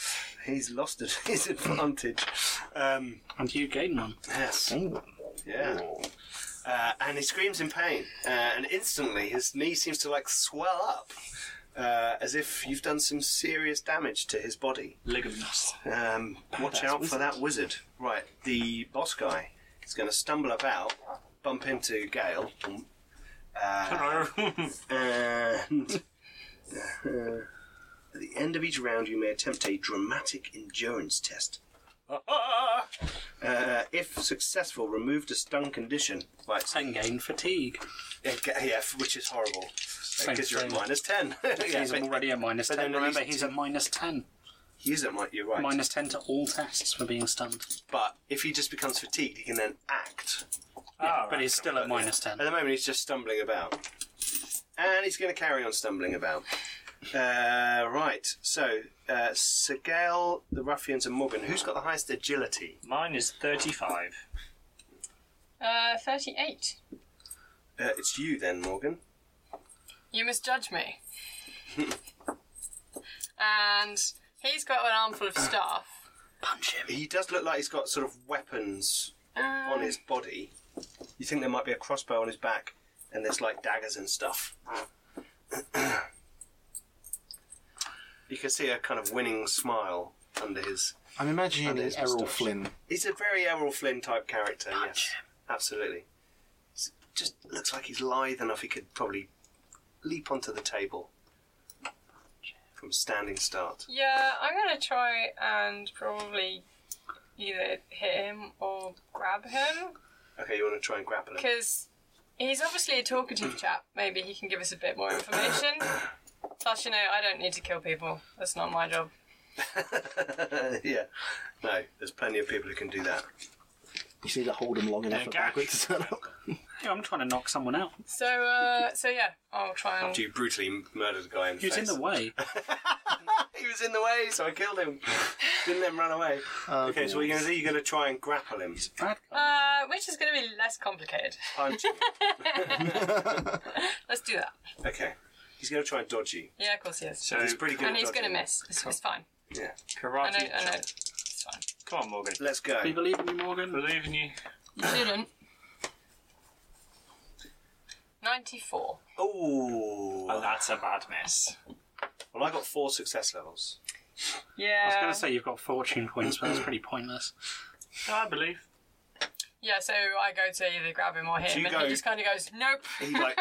He's lost his- his advantage. Um, And you gain one. yes. Ooh. Yeah. Uh, and he screams in pain, uh, and instantly his knee seems to like swell up, uh, as if you've done some serious damage to his body. Ligaments. Um, watch out for that wizard. Right, the boss guy is going to stumble about, bump into Gale, and, uh, and uh, at the end of each round, you may attempt a dramatic endurance test. Uh, if successful, remove the stun condition. Right, so And gain fatigue. yeah, g- yeah, f- which is horrible. Because you're at same. minus 10. yeah, he's but already at minus but 10. then at Remember, least- he's at minus 10. He is at minus, you're right. Minus 10 to all tests for being stunned. But if he just becomes fatigued, he can then act. Yeah, Ah, but right. he's still at minus 10. At the moment, he's just stumbling about. And he's going to carry on stumbling about. Uh, right, so uh, Segale, the ruffians, and Morgan. Who's got the highest agility? Mine is thirty five. Uh, 38. Uh, it's you then, Morgan. You misjudge me. and he's got an armful of stuff. Punch him. He does look like he's got sort of weapons Um, on his body. You think there might be a crossbow on his back, and there's like daggers and stuff. you can see a kind of winning smile under his. I'm And imagining his Errol moustache. Flynn. He's a very Errol Flynn type character. Yes, absolutely. He's just looks like he's lithe enough. He could probably leap onto the table from standing start. Yeah, I'm gonna try and probably either hit him or grab him Okay, you want to try and grapple him? because he's obviously a talkative chap. Maybe he can give us a bit more information. Plus, you know, I don't need to kill people. That's not my job. yeah. No, there's plenty of people who can do that. You see, to hold him long enough for gash. Bagwig to turn up. Hey, I'm trying to knock someone out. So, uh, so yeah, I'll try and. Do you brutally murder the guy in the He was in face? the way. he was in the way, so I killed him. Didn't let him run away. okay, so what you're going to do? You're going to try and grapple him. Bad guy. Uh, which is going to be less complicated. Punch him. Let's do that. Okay. He's going to try and dodge you. Yeah, of course he is. So He's pretty good And at he's going to dodging. miss. It's, it's fine. Yeah. I karate. know. I know. chop. It's fine. Come on, Morgan. Let's go. Do you believe in you, Morgan? Believe in you. You shouldn't. Ninety-four. And Oh. that's a bad miss. Well, I got four success levels. Yeah. I was going to say you've got fortune points, but that's pretty pointless. No, I believe. Yeah, so I go to either grab him or hit So him, you and go- he just kind of goes, "Nope." He, like,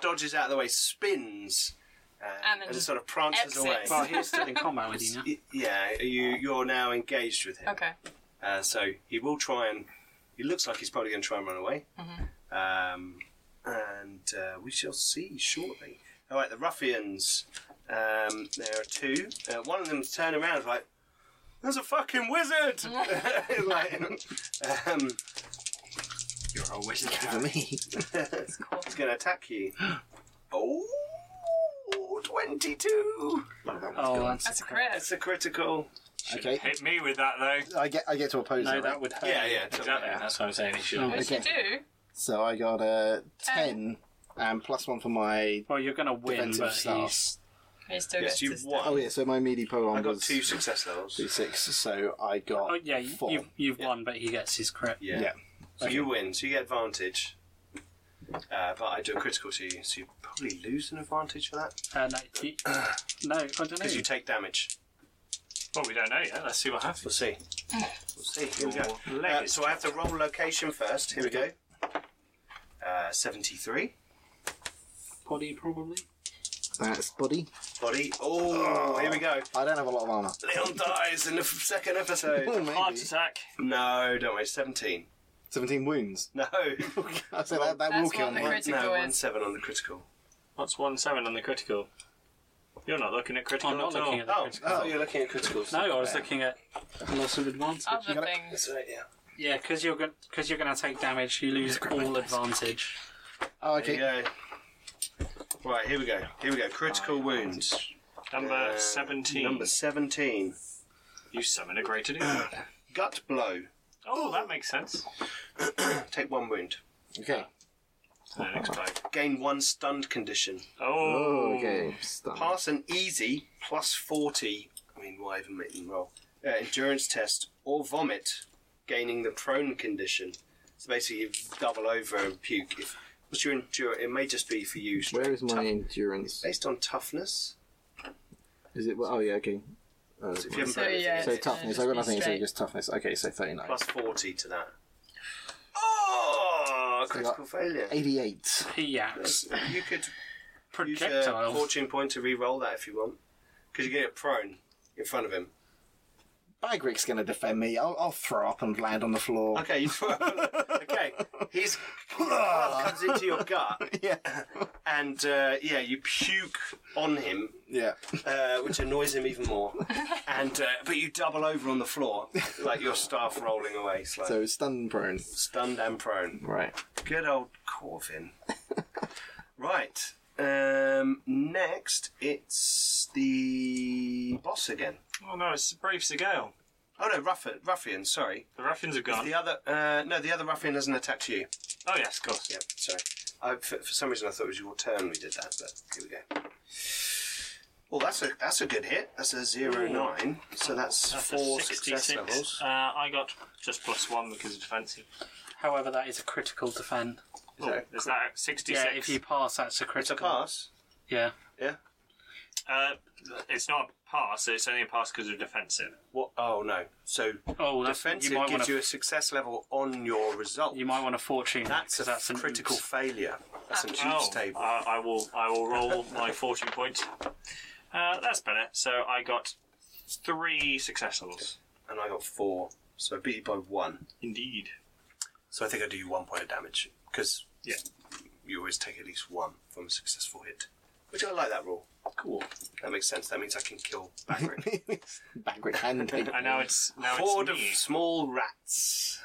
dodges out of the way, spins, and, And then and just sort of prances exits. away. Well, he's still in combat with you now. Y- Yeah, you, you're now engaged with him. okay. Uh, so he will try and. He looks like he's probably going to try and run away. Um, and uh, we shall see shortly. All right, the ruffians. Um, there are two. Uh, one of them turn around like, There's a fucking wizard! like, um, You're a wizard. For me. It's going to attack you. oh, 22! Oh, uh, that's, That's a crit. That's a critical. Okay. Hit me with that though. I get I get to oppose no, it. that would hurt. Yeah, yeah. Exactly. That's what I'm saying. It should. Which you Okay. do. So I got a ten and plus one for my Well, you're going to win, defensive but he's stance. He still Yes, gets you his stuff. won. Oh yeah, so my melee pole I arm got was two success levels. two six, so I got Oh yeah, you, four. you've, you've won, but he gets his crit. Yeah. Yeah. So you win, so you get advantage. Uh, but I do a critical to you, so you probably lose an advantage for that. Uh, no, you- no, I don't know. Because you take damage. Well, we don't know yet. Let's see what We'll happens. see. We'll see. Here we go. Your Uh, leg is so I have to roll location first. Here we go. Uh, 73. Body probably. That's body. Body. Oh, here we go. I don't have a lot of armor. Leon dies in the f- second Oh, episode. maybe. Heart attack. no, don't worry. 17. Seventeen wounds. No. I say that, that That's will kill one me. that Critical no, is- 1 7 on the critical. What's one seven on the critical? You're not looking at critical I'm not at all. looking at the Oh, critical. oh, you're looking at criticals. No, I was looking at loss of advantage. Other gotta- things. That's right, yeah. Yeah, because you're going because you're going to take damage. You lose all advantage. Oh, There you okay. go. Right, here we go. Here we go. Critical wounds. Number Uh, seventeen. Number 17. You summon a greater demon. Gut blow. oh, that makes sense. Take one wound. Okay. And then explode. Gain one stunned condition. Oh. Oh, okay. Stun. Pass an easy plus 40. I mean, why even make them roll? Uh, endurance test or vomit, gaining the prone condition. So basically, you double over and puke. If, what's your endurance? It may just be for you. straight Where is my tough- endurance? Based on toughness. Is it? Oh yeah. Okay. Oh, So if you haven't So, broken yeah, it, So it's- toughness. just I've got be nothing. So straight. just toughness. Okay. So thirty-nine. plus 40 to that. Oh! Critical failure. Eighty-eight. P-yax. You could use a Projectile. fortune point to re-roll that if you want, because you get it prone in front of him. Bagrick's gonna defend me. I'll, I'll throw up and land on the floor. Okay, you okay. His club comes into your gut, yeah. and uh, yeah, you puke on him, Yeah. uh, which annoys him even more. And uh, but you double over on the floor, like your staff rolling away slowly. So stun prone. Stunned and prone. Right. Good old Corvin. right. Um, next, it's the boss again. Oh no, it's Brave Segale. Oh no, Ruff- Ruffian. Sorry. The ruffians have gone. The other, uh, no, the other ruffian hasn't attacked you. Oh yes, of course. Yeah, sorry. I, for, for some reason, I thought it was your turn we did that, but here we go. Well, that's a that's a good hit. That's a zero Ooh. nine. So that's, That's a four 66. success levels. Uh, I got just plus one because of defensive. However, that is a critical defend. Is that- Is that 66? Yeah, if you pass, that's a It's a critical. pass. Yeah. Yeah. Uh, it's not a pass, it's only a pass because of defensive. What? Oh no. So Oh, that's, defensive you might gives want you to. a success level on your result. You might want to fortune. that's a because that's an critical oops. Uh, failure. That's an Oh, oops table. I, I will. I will roll my fortune point. Uh, that's better. So I got three success levels. and I got four, so I beat you by one. Indeed. So I think I do you one point of damage because Yeah. you always take at least one from a successful hit. Which I like that rule. Cool. That makes sense. That means I can kill Bagrick. Bagrick and And now it's now Horde of it's me. small rats.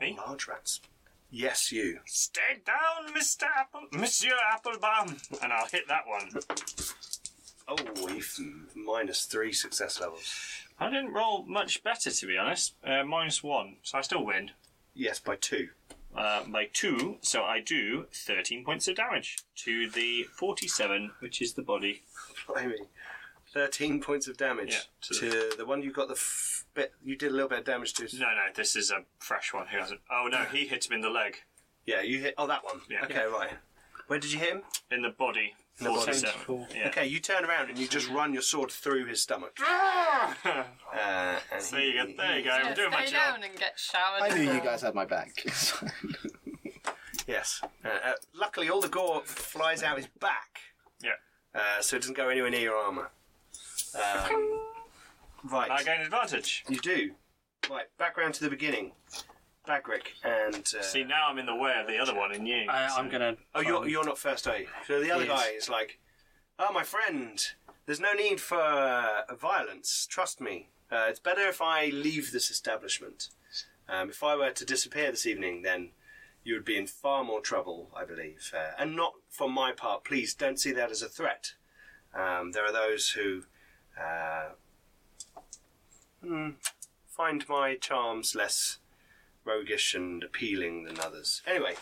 Me? Large rats. Yes, you. Stay down, Mister Apple, Monsieur Applebaum, and I'll hit that one. Oh, you've minus three success levels. I didn't roll much better, to be honest. Uh, minus one, so I still win Yes, by two. uh, by two. So I do thirteen points of damage to the forty-seven, which is the body. Blimey. 13 points of damage Yeah, to, to the one you got the f- bit. You did a little bit of damage to. No, no, this is a fresh one. Who hasn't? Oh no, he hit him in the leg, Yeah, you hit. Oh, that one. Yeah. Okay, right. Where did you hit him? in the body. the body. 47. Yeah. Okay, you turn around and you just run your sword through his stomach. Uh, and Ah! there you go. he- There you go. I'm Yeah, doing my stay job. down and get showered. I knew you full. guys had my back. Yes. Uh, uh, luckily, all the gore flies out his back, Yeah. uh, so it doesn't go anywhere near your armour. Um, right. I gain advantage. You do. Right, background to the beginning. Bagric and. Uh, See, now I'm in the way of the other one in you. I, I'm gonna. oh, you're, you're not first, are you? So the other Yes. guy is like, Ah, my friend, there's no need for uh, violence. Trust me. Uh, it's better if I leave this establishment. Um, if I were to disappear this evening, then you would be in far more trouble, I believe. Uh, and not for my part. Please don't see that as a threat. Um, there are those who uh, hmm, find my charms less roguish and appealing than others. Anyway,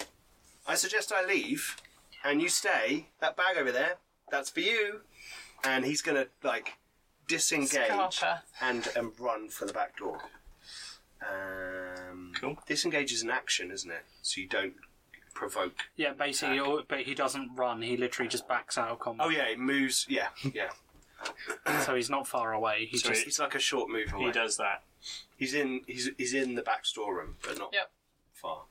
I suggest I leave and you stay. That bag over there, that's for you. And he's going to, like, disengage Scarper. and, and run for the back door. Um, Cool. Disengage is an action, isn't it? So you don't provoke. Yeah, basically, or, but he doesn't run. He literally just backs out of Oh, combat. yeah, it moves. Yeah, yeah. So he's not far away. He's So just he- It's like a short move away. He does that. He's in. He's he's in the back storeroom, but not Yep. far.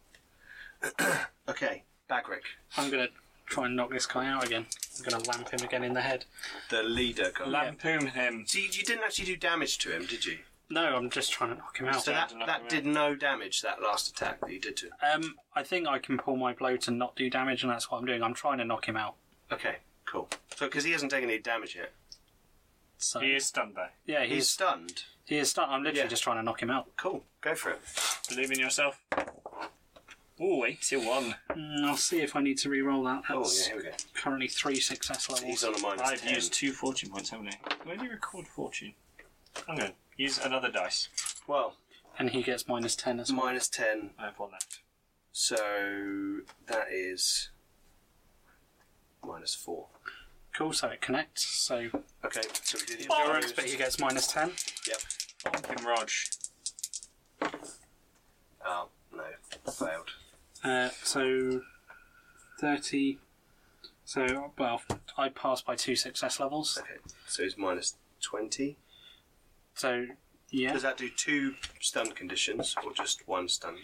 okay, Bagric, I'm gonna try and knock this guy out again. I'm gonna lamp him again in the head. the leader. guy. Lampoon him. So you, you didn't actually do damage to him, did you? No, I'm just trying to knock him out. So that to knock him that out. did no damage. That last attack that you did to. him. Um, I think I can pull my blow to not do damage, and that's what I'm doing. I'm trying to knock him out. Okay, cool. So because he hasn't taken any damage yet, So He is stunned by. yeah, he's he's stunned. he is stunned. I'm literally Yeah. just trying to knock him out. Cool, go for it. Believe in yourself. Ooh, 81. Mm, I'll see if I need to re-roll that. Oh yeah, That's here we go. currently three success levels. He's on a minus I've ten. used two fortune points, haven't I? Where do you record fortune? I'm going to use another dice. Well, and he gets minus ten as well. minus ten. I have one left. So that is minus four. Cool, so it connects. So Okay, so we did. his endurance, damage. but he gets minus ten. Yep. Bonk him, Rog. Oh no, failed. Uh, so thirty. So well, I passed by two success levels. Okay, so he's minus 20. So yeah, Does that do two stun conditions or just one stun?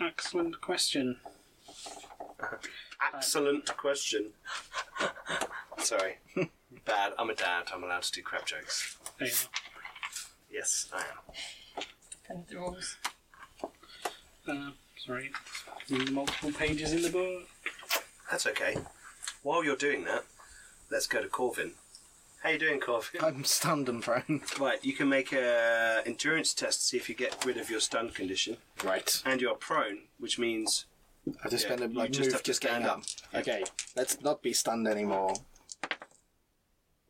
excellent question. Excellent question. Sorry. Bad. I'm a dad. I'm allowed to do crap jokes. There you are. Yes, I am. And the rules. Uh, sorry, multiple pages in the book. That's okay. While you're doing that, let's go to Corvin. How you doing, Corvin? I'm stunned and prone. Right, you can make a endurance test to see if you get rid of your stun condition, Right. and you're prone, which means I have to spend a you like just move have to just getting stand up. Okay, let's not be stunned anymore.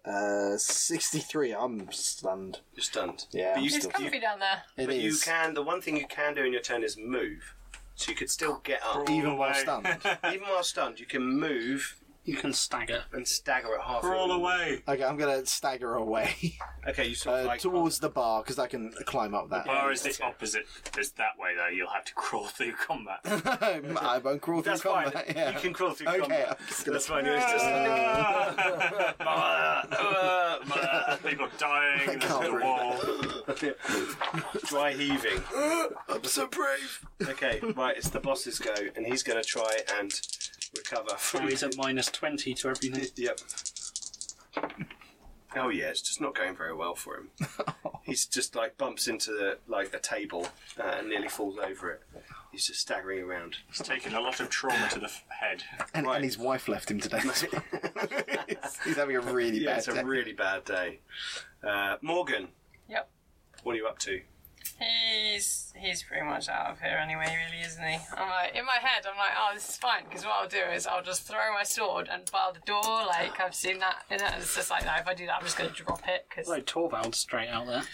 Uh, sixty-three. I'm stunned. you're stunned. Yeah, but you, I'm It's still- comfy down there. It is but you can. The one thing you can do in your turn is move, so you could still get up. even while away. stunned. Even while stunned, you can move You can stagger. and stagger at half. Crawl your- away. Okay, I'm gonna stagger away Okay, you sort of uh, like towards the bar because I can climb up that. Bar is the opposite. It's that way, though. You'll have to crawl through combat. I won't crawl through That's fine. combat. Yeah. You can crawl through okay, combat. I'm just gonna. That's fine. You're just Ah! uh, uh, People dying, there's can't no breathe. wall. dry heaving. I'm so brave. Okay, right. It's the boss's go, and he's going to try and recover So from. he's at minus twenty to everything. Yep. Oh yeah, it's just not going very well for him. He's just like bumps into the, like a table uh, and nearly falls over it. He's just staggering around. It's taken a lot of trauma to the f- head. And, Right. and his wife left him today. as well. he's, he's having a really Yeah, bad it's day. a really bad day. Uh, Morgan, Yep. what are you up to? He's he's pretty much out of here anyway, really, isn't he? I'm like in my head, I'm like, oh, this is fine because what I'll do is I'll just throw my sword and bar the door. Like I've seen that, and it's just like, no, if I do that, I'm just gonna drop it. Cause So Torvald's straight out there. is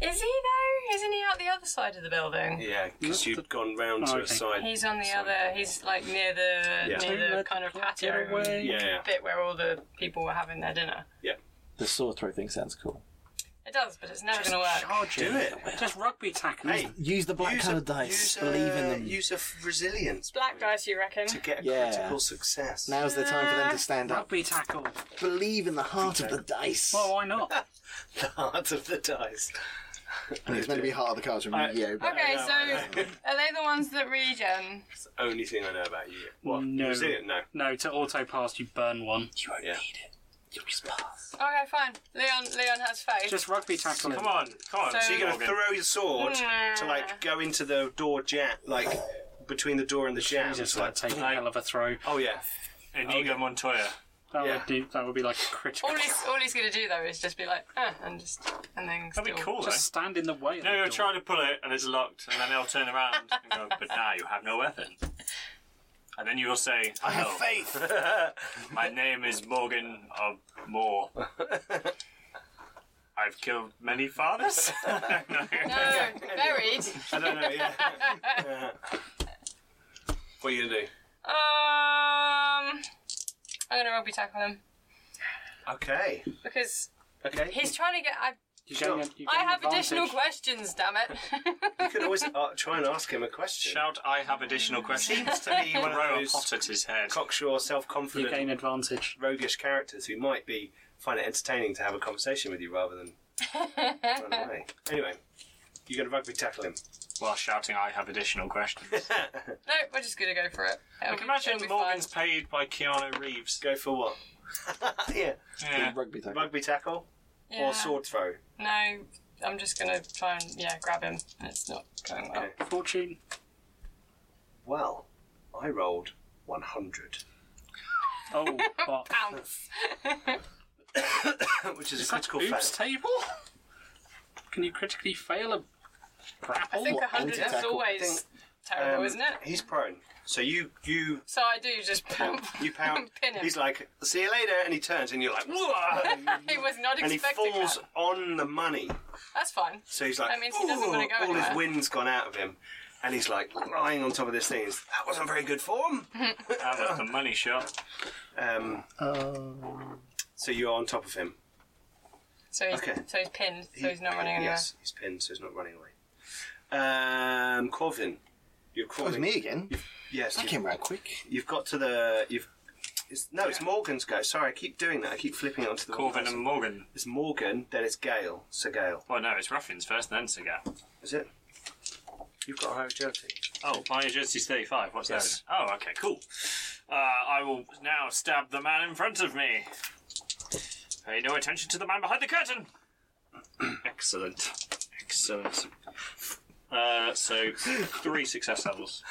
he though? Isn't he out the other side of the building? Yeah, because you've gone round Oh, to a okay. side. He's on the other. He's like near the Yeah. near the kind of patio Away. Yeah, yeah. bit where all the people were having their dinner. The sword throw thing sounds cool. It does, but it's never gonna work. Charge Do him. it. Just rugby tackle. Hey, Use the black use colored a- dice. use a- Believe in them. Use a f- resilience. Black point dice, you reckon? to get a Yeah. critical success. Now's the time for them to stand up. Rugby tackle. Believe in the heart of the dice. Well, why not? the heart of the dice. And it's meant to be heart of the cards, remember? yeah, but Okay, so are they the ones that regen? It's the only thing I know about you. What? No. Resilient? No. No, to auto pass you burn one. Yeah. Okay, fine. Leon Leon has faith. Just rugby tackle. him. Come on, come on. So you're going to Morgan. throw your sword Nah. to like go into the door jam, like between the door and the jam. Jesus, like, that'd take a hell of a throw. oh yeah. Inigo Montoya. That Yeah. would do, that would be like a critical. All he's all he's gonna do though is just be like, eh, and just and then still, That'd be cool, Just stand in the way. Of the though. No, you're door. trying to pull it and it's locked, and then they'll turn around and go, but now you have no weapon. And then you will say, I have "Hello, faith. My name is Morgan of Moore. I've killed many fathers. No, buried. I don't know. Yeah. Yeah. What are you gonna do? Um, I'm gonna rugby tackle him Okay. because Okay. he's trying to get. I, You gain a- you I gain have additional advantage. questions. Damn it! You could always uh, try and ask him a question. Shout, I have additional questions. to me one of Throw a those pot at his head. cocksure, You self-confident, gain advantage. roguish characters who might be find it entertaining to have a conversation with you rather than run away. Anyway, you're going to rugby tackle him. While shouting, I have additional questions. no, we're just gonna go for it. It'll I be- can imagine it'll be Morgan's fine. paid by Keanu Reeves. Go for what? yeah, Yeah. Rugby tackle. rugby tackle Yeah. or sword throw. No, I'm just gonna try and yeah grab him. and It's not going well. Okay. Fortune. Well, I rolled 100, Oh, what? Bounce. which is a Is that critical boobs fact. table? Can you critically fail a I grapple? think what, 100 is anti-tackle? always terrible, Um, isn't it? He's prone, so you you So I do just pump. you pound. Pin him. He's like, "See you later," and he turns, and you're like, "Whoa!" he was not and he expecting falls that. on the money. That's fine. So he's like, That means he doesn't "Ooh," wanna go all his anywhere. wind's gone out of him. And he's like lying on top of this thing. He's, that wasn't very good form. That was the money shot. Um, Oh. so you're on top of him. So he's Okay. so he's pinned. So he's not He- running anywhere. Yes, he's pinned, so he's not running away. Um, Corvin, you're That crawling. was me again. Yes, That you've, came round quick. you've got to the. You've. It's, no, it's Morgan's go. Sorry, I keep doing that. I keep flipping it onto the. wrong Corvin person. and Morgan. It's Morgan, then it's Gale. Sir Gale, Well, no, it's Ruffins first, then Cigar. is it? You've got higher agility. Oh, my agility's 35. What's Yes. that? Oh, okay, cool. Uh, I will now stab the man in front of me. Pay no attention to the man behind the curtain. Excellent. Excellent. Uh, so, three success levels.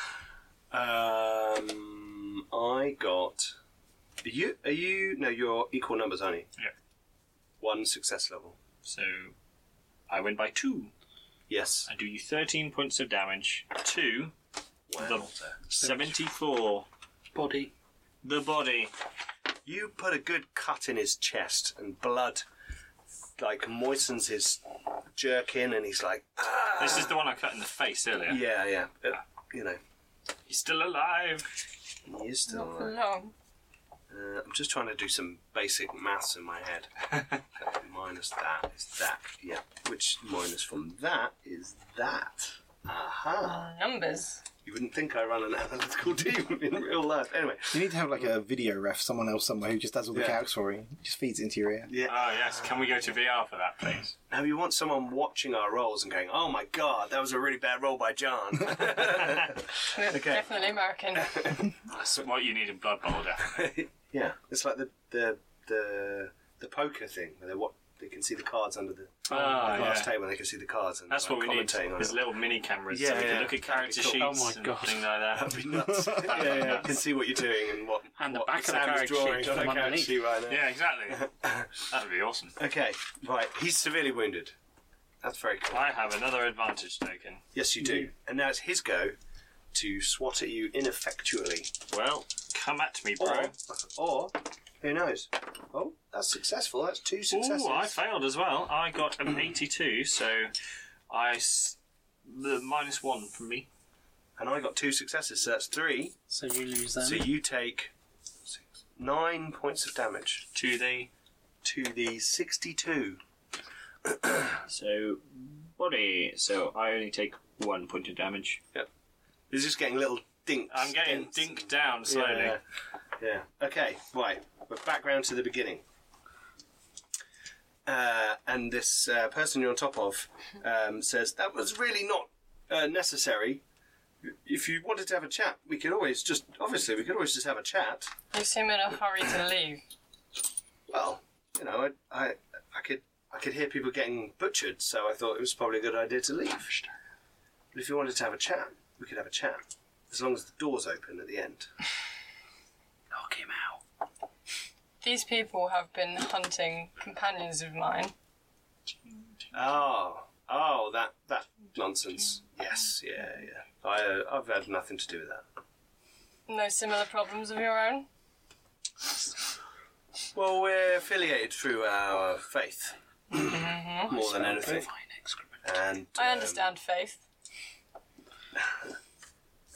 Um, I got. Are you? Are you? No, you're equal numbers, aren't you? Yeah. One success level. So, I win by two. Yes. I do you 13 points of damage to the 74, Body. the body. You put a good cut in his chest, and blood, like moistens his jerkin, and he's like, ah, This is the one I cut in the face earlier. yeah, yeah. Uh, you know, He's still alive. he is still. Not for alive. long. Uh, I'm just trying to do some basic maths in my head. minus that is that. Yeah. Which minus from that is that. Aha. Uh, Numbers. You wouldn't think I run an analytical team in real life. Anyway, You need to have like a video ref, someone else somewhere who just does all the Yeah. calcs for you, just feeds it into your ear. yeah. Oh, yes. Can we go to VR for that, please? Now you want someone watching our roles and going, "Oh my god, that was a really bad role by John." Definitely American. That's what you need in Blood Bowl, definitely. yeah, it's like the the the the poker thing where they what they can see the cards under the Ah, glass yeah. table and they can see the cards. And That's like, what we need. commentating on There's it. little mini cameras Yeah, so we yeah. can look at That'd character be sheets cool. Oh my and God. things like that. That'd be nuts. yeah, yeah, you can see what you're doing and what And the what back of the Sam is character drawing sheet on from the character underneath. sheet right now. Yeah, exactly. That'd be awesome. Okay, right. He's severely wounded. That's very cool. I have another advantage taken. Yes, you Mm. do. And now it's his go to swat at you ineffectually. Well, come at me, bro. Or, or who knows? Oh, that's successful. That's two successes. Ooh, I failed as well. I got an 82, so I s- the minus one from me. and I got two successes, so that's three. So you lose them. So you take six, nine points of damage to the to the 62. so body. So I only take one point of damage. He's just getting little dinks. I'm getting dinks. dinked down slowly. Yeah, yeah. Okay, right. We're back round to the beginning. Uh, and this uh, person you're on top of um, says, That was really not uh, necessary. If you wanted to have a chat, we could always just, obviously, we could always just have a chat. You seem in a hurry to leave. Well, you know, I, I, I could. I could hear people getting butchered, so I thought it was probably a good idea to leave. But if you wanted to have a chat, we could have a chat, as long as the door's open at the end. Knock him out. These people have been hunting companions of mine. Oh, oh, that that nonsense. Yes, yeah, yeah. I uh, I've had nothing to do with that. No similar problems of your own? Well, we're affiliated through our faith more than anything. And Mm-hmm. I um, understand faith.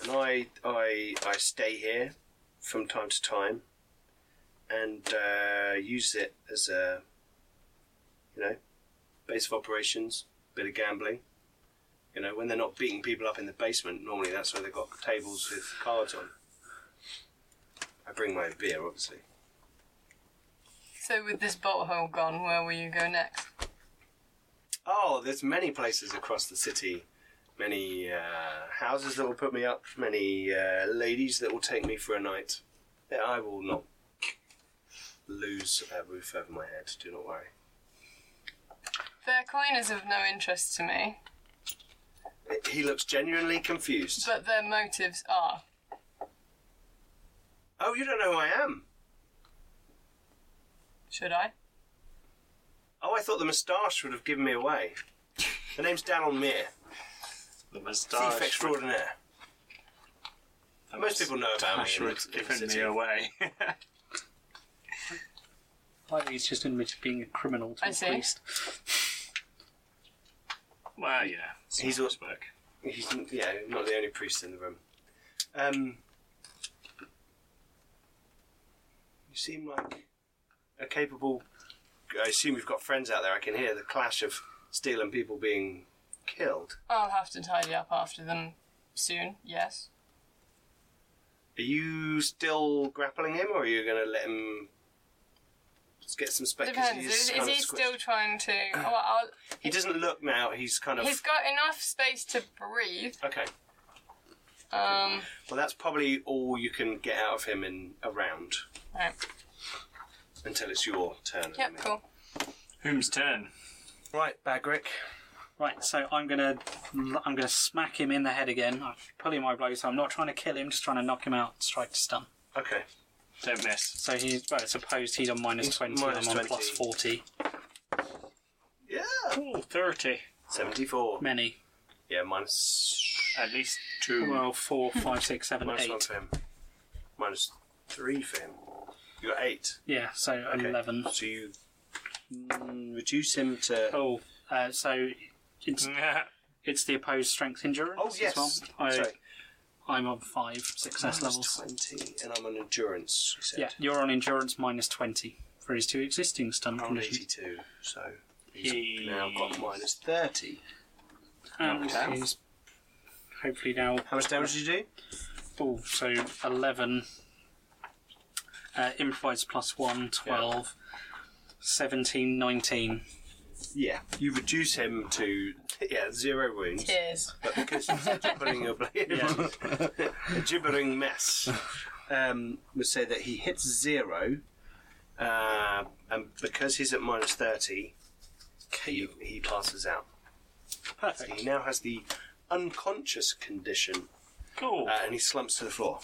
and I I I stay here from time to time, and uh, use it as a you know base of operations, bit of gambling. You know, when they're not beating people up in the basement, normally that's where they've got tables with cards on. I bring my own beer, obviously. So, with this bolt hole gone, where will you go next? Oh, there's many places across the city, many uh, houses that will put me up, many uh, ladies that will take me for a night. Yeah, I will not lose a roof over my head. Do not worry. Their coin is of no interest to me, He looks genuinely confused. but their motives are. Oh, you don't know who I am. Should I? Oh, I thought the moustache would have given me away. The name's Dan'l Mear, The thief moustache. extraordinaire. Most people know about me. Moustache in the- would in the have given me city. away. Like he's just admitted being a criminal to I a see. priest. well, yeah. it's He's not his work. He's n- yeah, not the only priest in the room. Um, you seem like a capable. I assume you've got friends out there. I can hear the clash of steel and people being killed. I'll have to tidy up after them soon, yes. Are you still grappling him, or are you going to let him just get some spec? 'cause Depends. he's Is, kind is of he squished. still trying to. Well, I'll, He doesn't look now. He's kind of he's got enough space to breathe. okay. Um, Well, that's probably all you can get out of him in a round right. until it's your turn. Yep, cool. Whom's turn? Right, Bagrick. Right, so I'm gonna I'm gonna smack him in the head again. I'm pulling my blow, so I'm not trying to kill him, just trying to knock him out, strike to stun. Okay. Don't miss. So he's well, it's opposed. He's on minus He's twenty. minus I'm on 20. plus forty. Yeah. Ooh, 30. 74. Many. Yeah, minus. At least two. Well, four, five, six, seven, minus eight. one for him. Minus three for him. You got eight. Yeah, so Okay. eleven. So you mm, reduce him to. Oh, uh, so Hmm. it's Nah. it's the opposed strength endurance. Oh, yes. As well. I, Sorry. I'm on five success levels. 20, and I'm on endurance. You said. Yeah, you're on endurance minus twenty for his two existing stun I'm on conditions. 82, so he's now got minus 30. And Okay. he's hopefully now How much damage did you do? Oh, so 11. Uh, improvised plus 1, 12. 17, 19. Yeah. You reduce him to, yeah, zero wounds. Cheers. but because he's a gibbering, obl- a gibbering mess, um, would say that he hits zero, uh, and because he's at minus 30, he, he passes out. So Perfect. he now has the unconscious condition, Cool. uh, and he slumps to the floor.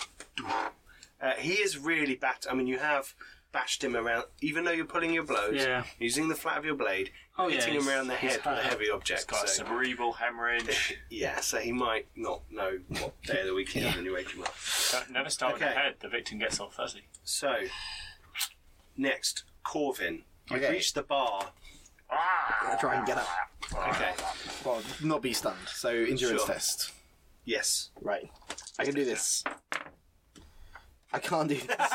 Uh, he is really bat. I mean, you have bashed him around, even though you're pulling your blows, Yeah. using the flat of your blade, Oh, yeah, hitting him he's- around the he's head with a hurt. heavy object. It's got so- cerebral hemorrhage. yeah, so he might not know what day of the week it is when you wake him up. Don't- Never start with Okay. the head. The victim gets all fuzzy. So, next, Corvin. You Okay. reach the bar. Ah, I try and get up. Okay. Well, not be stunned. So endurance Sure. test. Yes. Right. I can do this. I can't do this.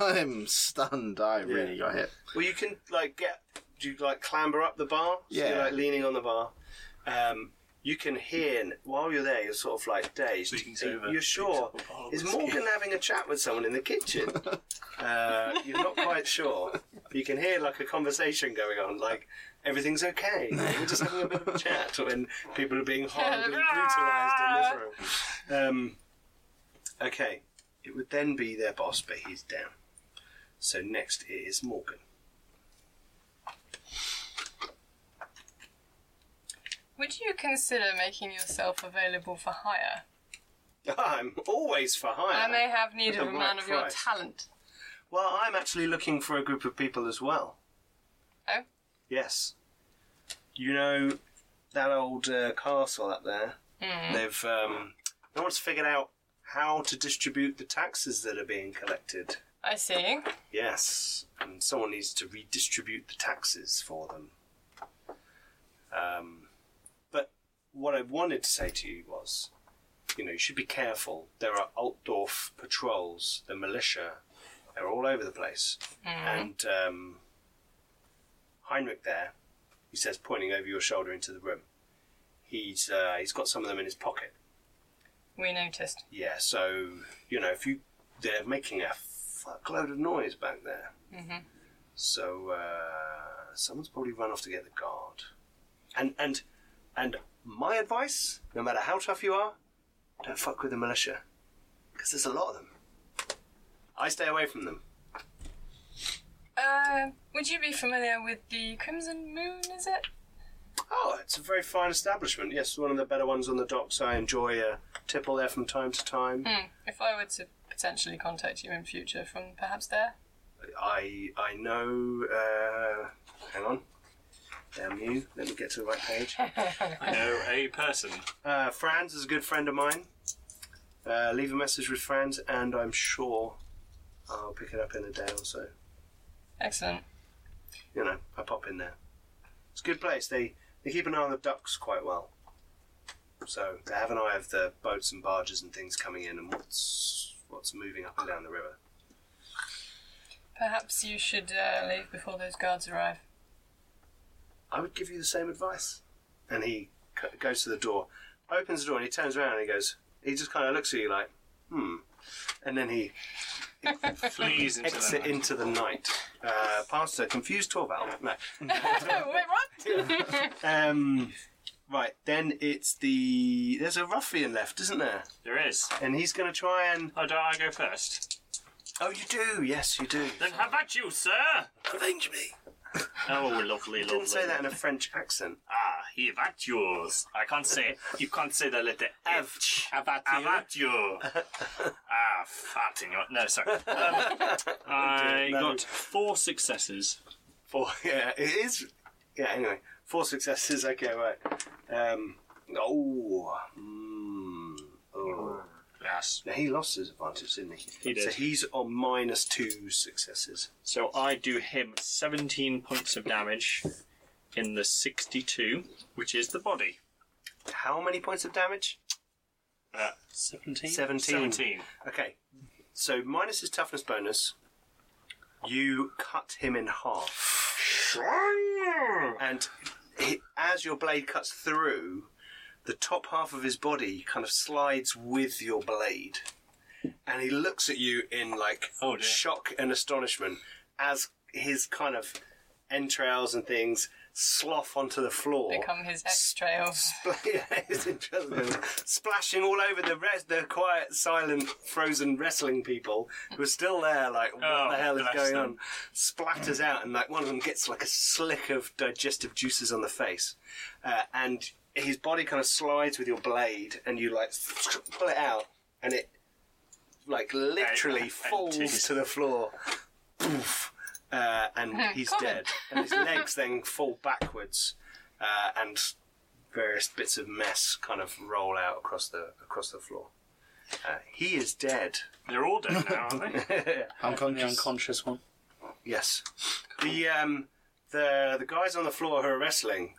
I'm stunned. I really got hit. Well, you can like get. Do you like clamber up the bar? So You're Yeah. like leaning on the bar. Um, you can hear while you're there. You're sort of like dazed. Leans So over, you're sure? picks up a bottle of Is whiskey. Morgan having a chat with someone in the kitchen? uh, you're not quite sure. You can hear like a conversation going on, like everything's okay. We're just having a bit of a chat when people are being horribly brutalised in this room. Um, okay, it would then be their boss, but he's down. So next it is Morgan. Would you consider making yourself available for hire? I'm always for hire. I may have need At the of a man right of your price. talent. Well, I'm actually looking for a group of people as well. Oh. Yes. You know that old uh, castle up there? They've um, no one's figured out how to distribute the taxes that are being collected. I see. Yes, and someone needs to redistribute the taxes for them. Um, but what I wanted to say to you was, you know, you should be careful. There are Altdorf patrols, the militia, they're all over the place. And um, Heinrich there, he says, pointing over your shoulder into the room, he's uh, he's got some of them in his pocket. We noticed. Yeah, so you know, if you they're making a fuckload of noise back there. Mm-hmm. So uh, someone's probably run off to get the guard. And and and my advice, no matter how tough you are, don't fuck with the militia, because there's a lot of them. I stay away from them. Uh, would you be familiar with the Crimson Moon, is it? Oh, it's a very fine establishment. Yes, one of the better ones on the docks. I enjoy a tipple there from time to time. Hmm. If I were to potentially contact you in future from perhaps there. I I know. Uh, hang on. Damn you. Let me get to the right page. I know a person. Uh, Franz is a good friend of mine. Uh, leave a message with Franz, and I'm sure I'll pick it up in a day or so. Excellent. You know, I pop in there. It's a good place. They they keep an eye on the ducks quite well. So they have an eye of the boats and barges and things coming in and what's what's moving up and down the river. Perhaps you should uh, leave before those guards arrive. I would give you the same advice. And he c- goes to the door, opens the door, and he turns around and he goes, he just kind of looks at you like, hmm. And then he Flees into the exits night. into the night. Uh, past a confused Torval. No. Oh, wait, what? Um, right, then it's the. There's a ruffian left, isn't there? There is. And he's going to try and. Oh, don't I go first? Oh, you do? Yes, you do. Then how about you, sir? Revenge me! Oh, lovely, lovely. Didn't say that in a French accent. Ah, he about yours. I can't say. You can't say the letter F. Avati. About you. ah, fat in your. No, sorry. Um, I No. got four successes. Four. Yeah, it is. Yeah. Anyway, four successes. Okay, right. Um. Oh. Mm, oh. Yes. Now he lost his advantage, didn't he? He did. So he's on minus two successes. So I do him 17 points of damage in the 62, which is the body. How many points of damage? Uh, 17? Seventeen. 17. Okay. So minus his toughness bonus, you cut him in half, and he, as your blade cuts through, the top half of his body kind of slides with your blade, and he looks at you in like Oh, dear. shock and astonishment as his kind of entrails and things slough onto the floor. Become his X trail. Yeah, it's interesting. Splashing all over the rest, the quiet, silent, frozen wrestling people who are still there. Like, what Oh, the hell is bless going on? them. Splatters out, and like one of them gets like a slick of digestive juices on the face, uh, and his body kind of slides with your blade, and you like pull it out, and it like literally And- falls to the floor. Poof. Uh, and he's Common. dead. And his legs then fall backwards, uh, and various bits of mess kind of roll out across the across the floor. Uh, he is dead. They're all dead now, aren't they? The Unconscious. unconscious one. Yes. The um the the guys on the floor who are wrestling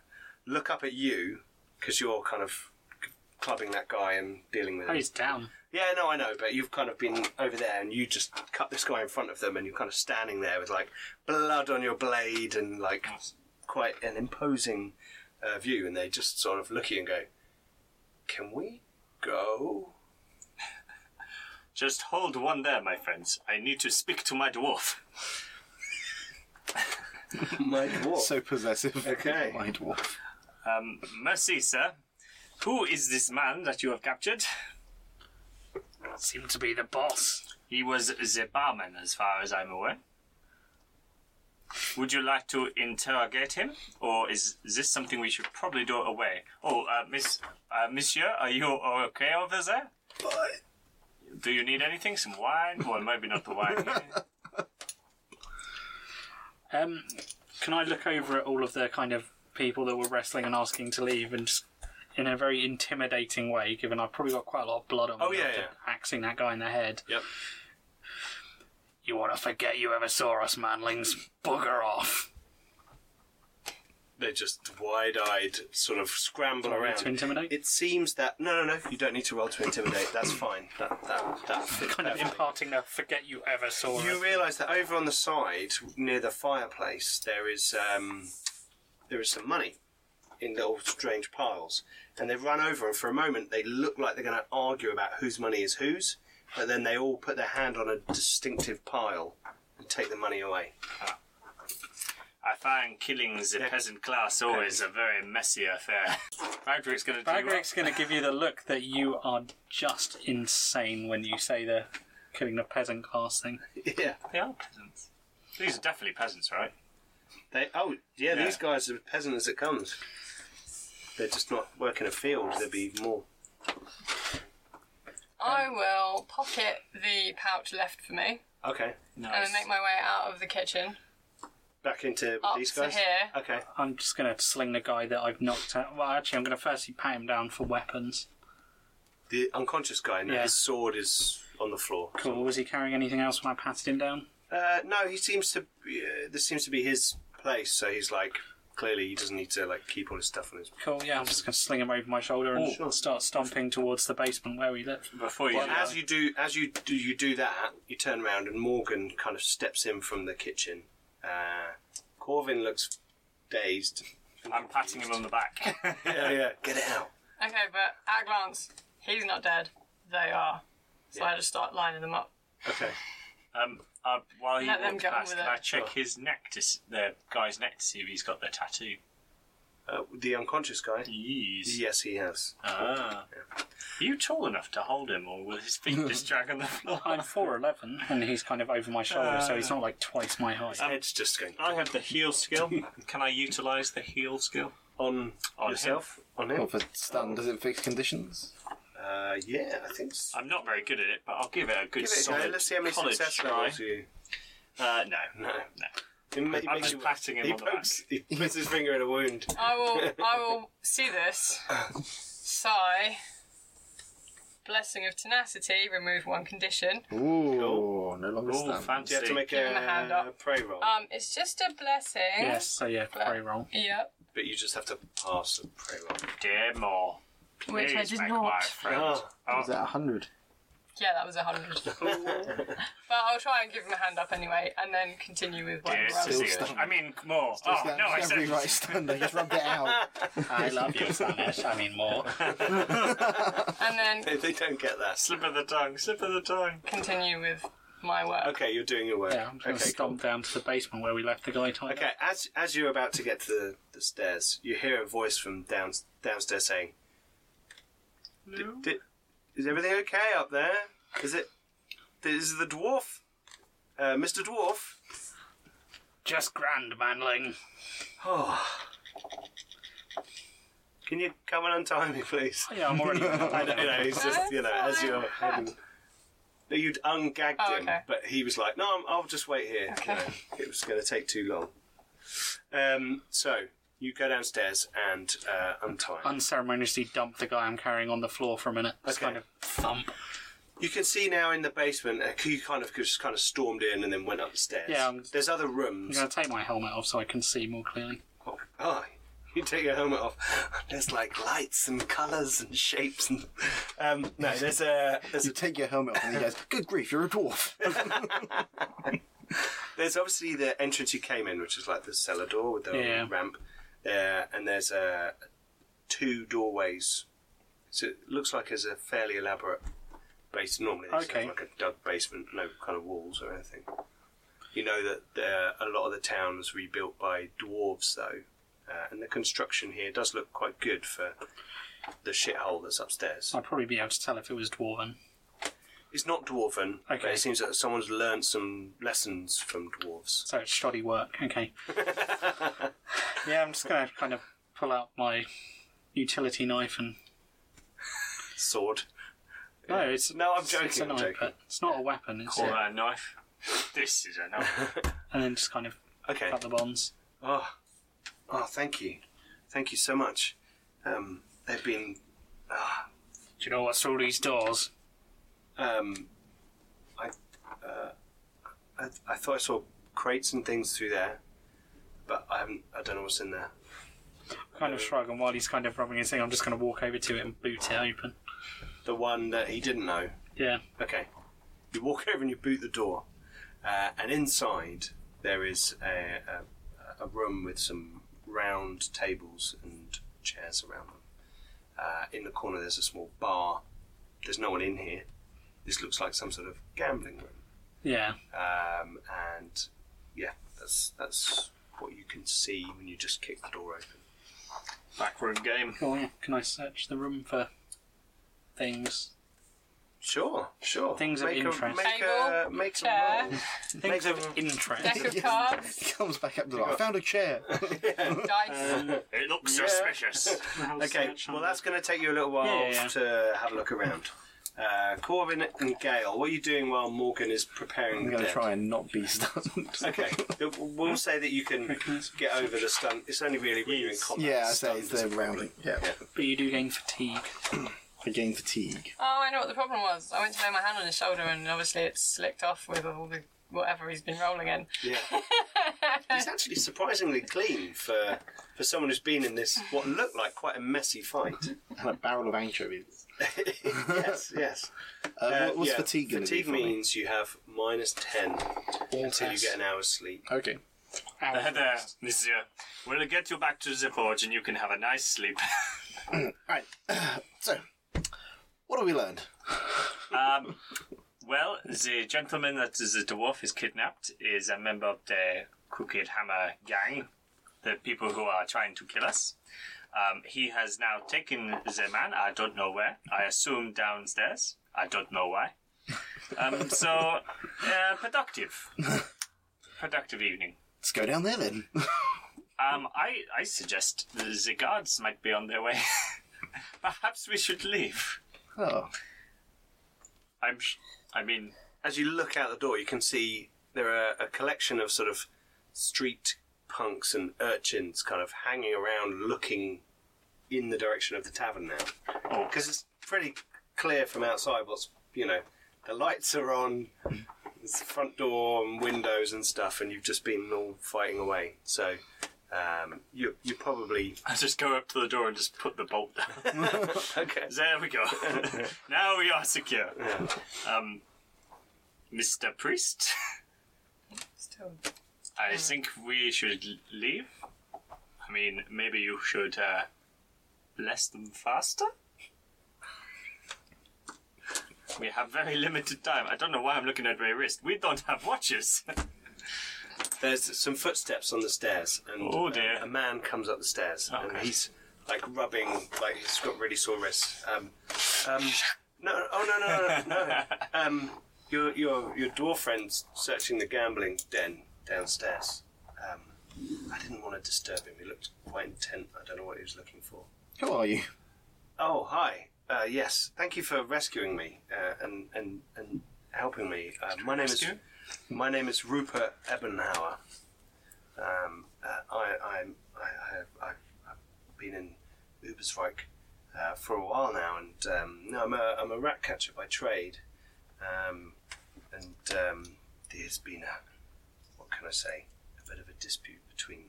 look up at you because you're kind of clubbing that guy and dealing with Oh, him. he's down. Yeah, no, I know, but you've kind of been over there and you just cut this guy in front of them and you're kind of standing there with like blood on your blade and like quite an imposing uh, view and they just sort of look at you and go, Can we go? Just hold one there, my friends. I need to speak to my dwarf. My dwarf. So possessive. Okay. My dwarf. Um, mercy, sir. Who is this man that you have captured? Seemed to be the boss. He was the barman, as far as I'm aware. Would you like to interrogate him, or is this something we should probably do away? Oh, uh, Miss, uh, Monsieur, are you okay over there? Do you need anything? Some wine? Well, maybe not the wine. Um, can I look over at all of the kind of people that were wrestling and asking to leave and just in a very intimidating way, given I've probably got quite a lot of blood on me Oh, yeah, after yeah. axing that guy in the head. Yep. You want to forget you ever saw us, manlings? Bugger off. They just wide-eyed sort of scramble Do I need around. to intimidate? It seems that no, no, no. You don't need to roll to intimidate. That's fine. That that that fits Kind of perfectly. imparting the forget you ever saw us. You realise that over on the side near the fireplace there is um, there is some money in little strange piles, and they run over and for a moment they look like they're going to argue about whose money is whose, but then they all put their hand on a distinctive pile and take the money away. I find killing the peasant class always a very messy affair. Bagrick's gonna do Bagrick's going to give you the look that you are just insane when you say the killing the peasant class thing. yeah. They are peasants. These are definitely peasants, right? They oh yeah, Yeah. these guys are peasant as it comes. They're just not working a field. There'd be more. I will pocket the pouch left for me Okay. and then make my way out of the kitchen. Back into Up these to guys. here. Okay. I'm just going to sling the guy that I've knocked out. Well, actually, I'm going to firstly pat him down for weapons. The unconscious guy now. Yeah. His sword is on the floor. Cool. Was he carrying anything else when I patted him down? Uh, no, he seems to. Uh, this seems to be his place. So he's like, clearly, he doesn't need to like keep all his stuff on his. Cool. Yeah, I'm just going to sling him over my shoulder and Ooh. start stomping towards the basement where we live. Before you Well, do as you do, as you do, you do that. You turn around and Morgan kind of steps in from the kitchen. Uh, Corvin looks dazed. that, I'm patting him on the back. Yeah, yeah. Get it out. Okay, but at a glance, he's not dead. They are. So Yeah. I just start lining them up. Okay. um, uh, while he Let them walks get on past, with can it. I check Sure. his neck to s- the guy's neck to see if he's got the tattoo? Uh, the unconscious guy. Yes. Yes, he has. Ah. Are you tall enough to hold him, or will his feet just drag on the floor? I'm 4'11 and he's kind of over my shoulder, so he's not like twice my height. Head's just going I have the heal skill. Can I utilise the heal skill? on On yourself on Well, him. for stun, does it fix conditions? Uh, yeah, I think. So. I'm not very good at it, but I'll give it a Give good it a solid go. Let's see how many college success try. levels you. Uh, no, no, No. no. He ma- he I'm makes just you- patting him he on the back. pokes- He puts his finger in a wound. I will I will see this. Sigh. Blessing of tenacity, remove one condition. Ooh, no longer Ooh, stun. Do you have fancy. to make Give him a hand a, up. prey roll? Um, it's just a blessing. Yes, so yeah, very wrong. Yep. but you just have to pass a prey roll. Dear Maw, Which I please did make not. my friend. Oh, Is that 100? Yeah, that was a hundred. but I'll try and give him a hand up anyway, and then continue with Dear whatever else. Cecilia. stunned. I mean, Maw. Oh, That's no, I every said. right stun. They just rubbed it out. I love you, Spanish. I mean, more. And then They, they don't get that. Slip of the tongue, slip of the tongue. continue with my work. Okay, you're doing your work. Yeah, I'm just going to okay, stomp down to the basement where we left the guy tied cool. Okay, as as you're about to get to the, the stairs, you hear a voice from down, downstairs saying, "D- d- "Is everything okay up there? Is it? Is the dwarf, uh, Mr. Dwarf? Just grand, manling. Oh, can you come and untie me, please?" Yeah, I'm already. I know, you know, he's just, you know, as That's you're fine. heading. No, You'd ungagged Oh, him, okay. but he was like, no, I'm, I'll just wait here. You Okay. know, it was going to take too long. Um, so, you go downstairs and uh, untie him. unceremoniously dump the guy I'm carrying on the floor for a minute. Just Okay. kind of thump. You can see now in the basement, uh, you kind of just kind of stormed in and then went up the stairs. Yeah, I'm- There's other I'm rooms. going to take my helmet off so I can see more clearly. Oh, you take your helmet off. There's like lights and colours and shapes. And, um, no, there's a there's You take your helmet off and he goes, Good grief, you're a dwarf. There's obviously the entrance you came in, which is like the cellar door with the Yeah. ramp there, and there's uh, two doorways. So it looks like it's a fairly elaborate base. Normally, it's Okay. like a dug basement, no kind of walls or anything. You know that uh, a lot of the town was rebuilt by dwarves, though, uh, and the construction here does look quite good for the shithole that's upstairs. I'd probably be able to tell if it was dwarven. It's not dwarven, but Okay. it seems that someone's learned some lessons from dwarves. So it's shoddy work. Okay. yeah, I'm just going to kind of pull out my utility knife and. Sword. No, it's No, I'm it's- joking, It's a I'm knife, joking. but it's not a weapon. It's Call a, that a knife. This is a knife. and then just kind of Okay. Cut the bonds. Oh, oh, thank you, thank you so much. Um, they've been, ah, Do you know what's through these doors? um, I, uh, I, I thought I saw crates and things through there, but I haven't. I don't know what's in there. Kind of shrug, and while he's kind of rubbing his thing, I'm just going to walk over to it and boot it open. The one that he didn't know. Yeah. Okay. You walk over and you boot the door, uh, and inside there is a, a, a room with some round tables and chairs around them. Uh, in the corner, there's a small bar. There's no one in here. This looks like some sort of gambling room. Yeah. Um, and yeah, that's that's what you can see when you just kick the door open. Backroom game. Oh, yeah. Can I search the room for things? Sure, sure. Things of make interest. A, make a, Table, make a chair. roll. Things Make- of interest. Deck of Yes. cards, Comes back up to the I found a chair. dice. It looks Yeah. suspicious. Okay, well, that's going to take you a little while Yeah, yeah. to have a look around. Uh, Corvin and Gail, what are you doing while Morgan is preparing I'm the going to dead? try and not be stunned. Okay, we'll say that you can get over the stunt. It's only really when you're in Yes. combat. Yeah, I say stunned. it's the rounding. Yeah. But you do gain fatigue. I gain fatigue. Oh, I know what the problem was. I went to lay my hand on his shoulder, and obviously it's slicked off with all the whatever he's been rolling in. Yeah. He's actually surprisingly clean for for someone who's been in this what looked like quite a messy fight. And a barrel of anchovies. yes, yes. Uh, Uh, what- what's yeah, fatigue going to be Fatigue for me? means you have minus ten until you get an hour's sleep. Okay. There, there, Monsieur. We'll get you back to the forge and you can have a nice sleep. Right. so, what have we learned? Um, well, the gentleman that is the dwarf is kidnapped is a member of the Crooked Hammer gang, the people who are trying to kill us. Um, he has now taken the man, I don't know where. I assume downstairs. I don't know why. Um, so, uh, productive. productive evening. Let's go down there then. Um, I, I suggest the guards might be on their way. Perhaps we should leave. oh, I'm sh- I mean, as you look out the door, you can see there are a collection of sort of street punks and urchins kind of hanging around looking in the direction of the tavern now. oh, Because it's pretty clear from outside what's, you know, the lights are on, there's the front door and windows and stuff, and you've just been all fighting away. So um, you, you probably. I just go up to the door and just put the bolt down. Okay. there we go. now we are secure. Um, Mr. Priest, Still, I think we should l- leave. I mean, maybe you should uh, bless them faster. We have very limited time. I don't know why I'm looking at my wrist. We don't have watches. There's some footsteps on the stairs, and uh, Oh, dear. Oh, a man comes up the stairs, and Okay. he's like rubbing, like he's got really sore wrists. Um, um, no, oh no, no, no, no. Um, your your your dwarf friend's searching the gambling den downstairs. Um, I didn't want to disturb him. He looked quite intent. I don't know what he was looking for. who are you? Oh, hi. Uh, yes, thank you for rescuing me uh, and and and helping me. Uh, my name Rescue? is my name is Rupert Ebenhauer. Um, uh, I I'm, I I have I've, I've been in Ubersreich uh, for a while now, and um, no, I'm a I'm a rat catcher by trade, um, and um, there's been a what can I say a bit of a dispute between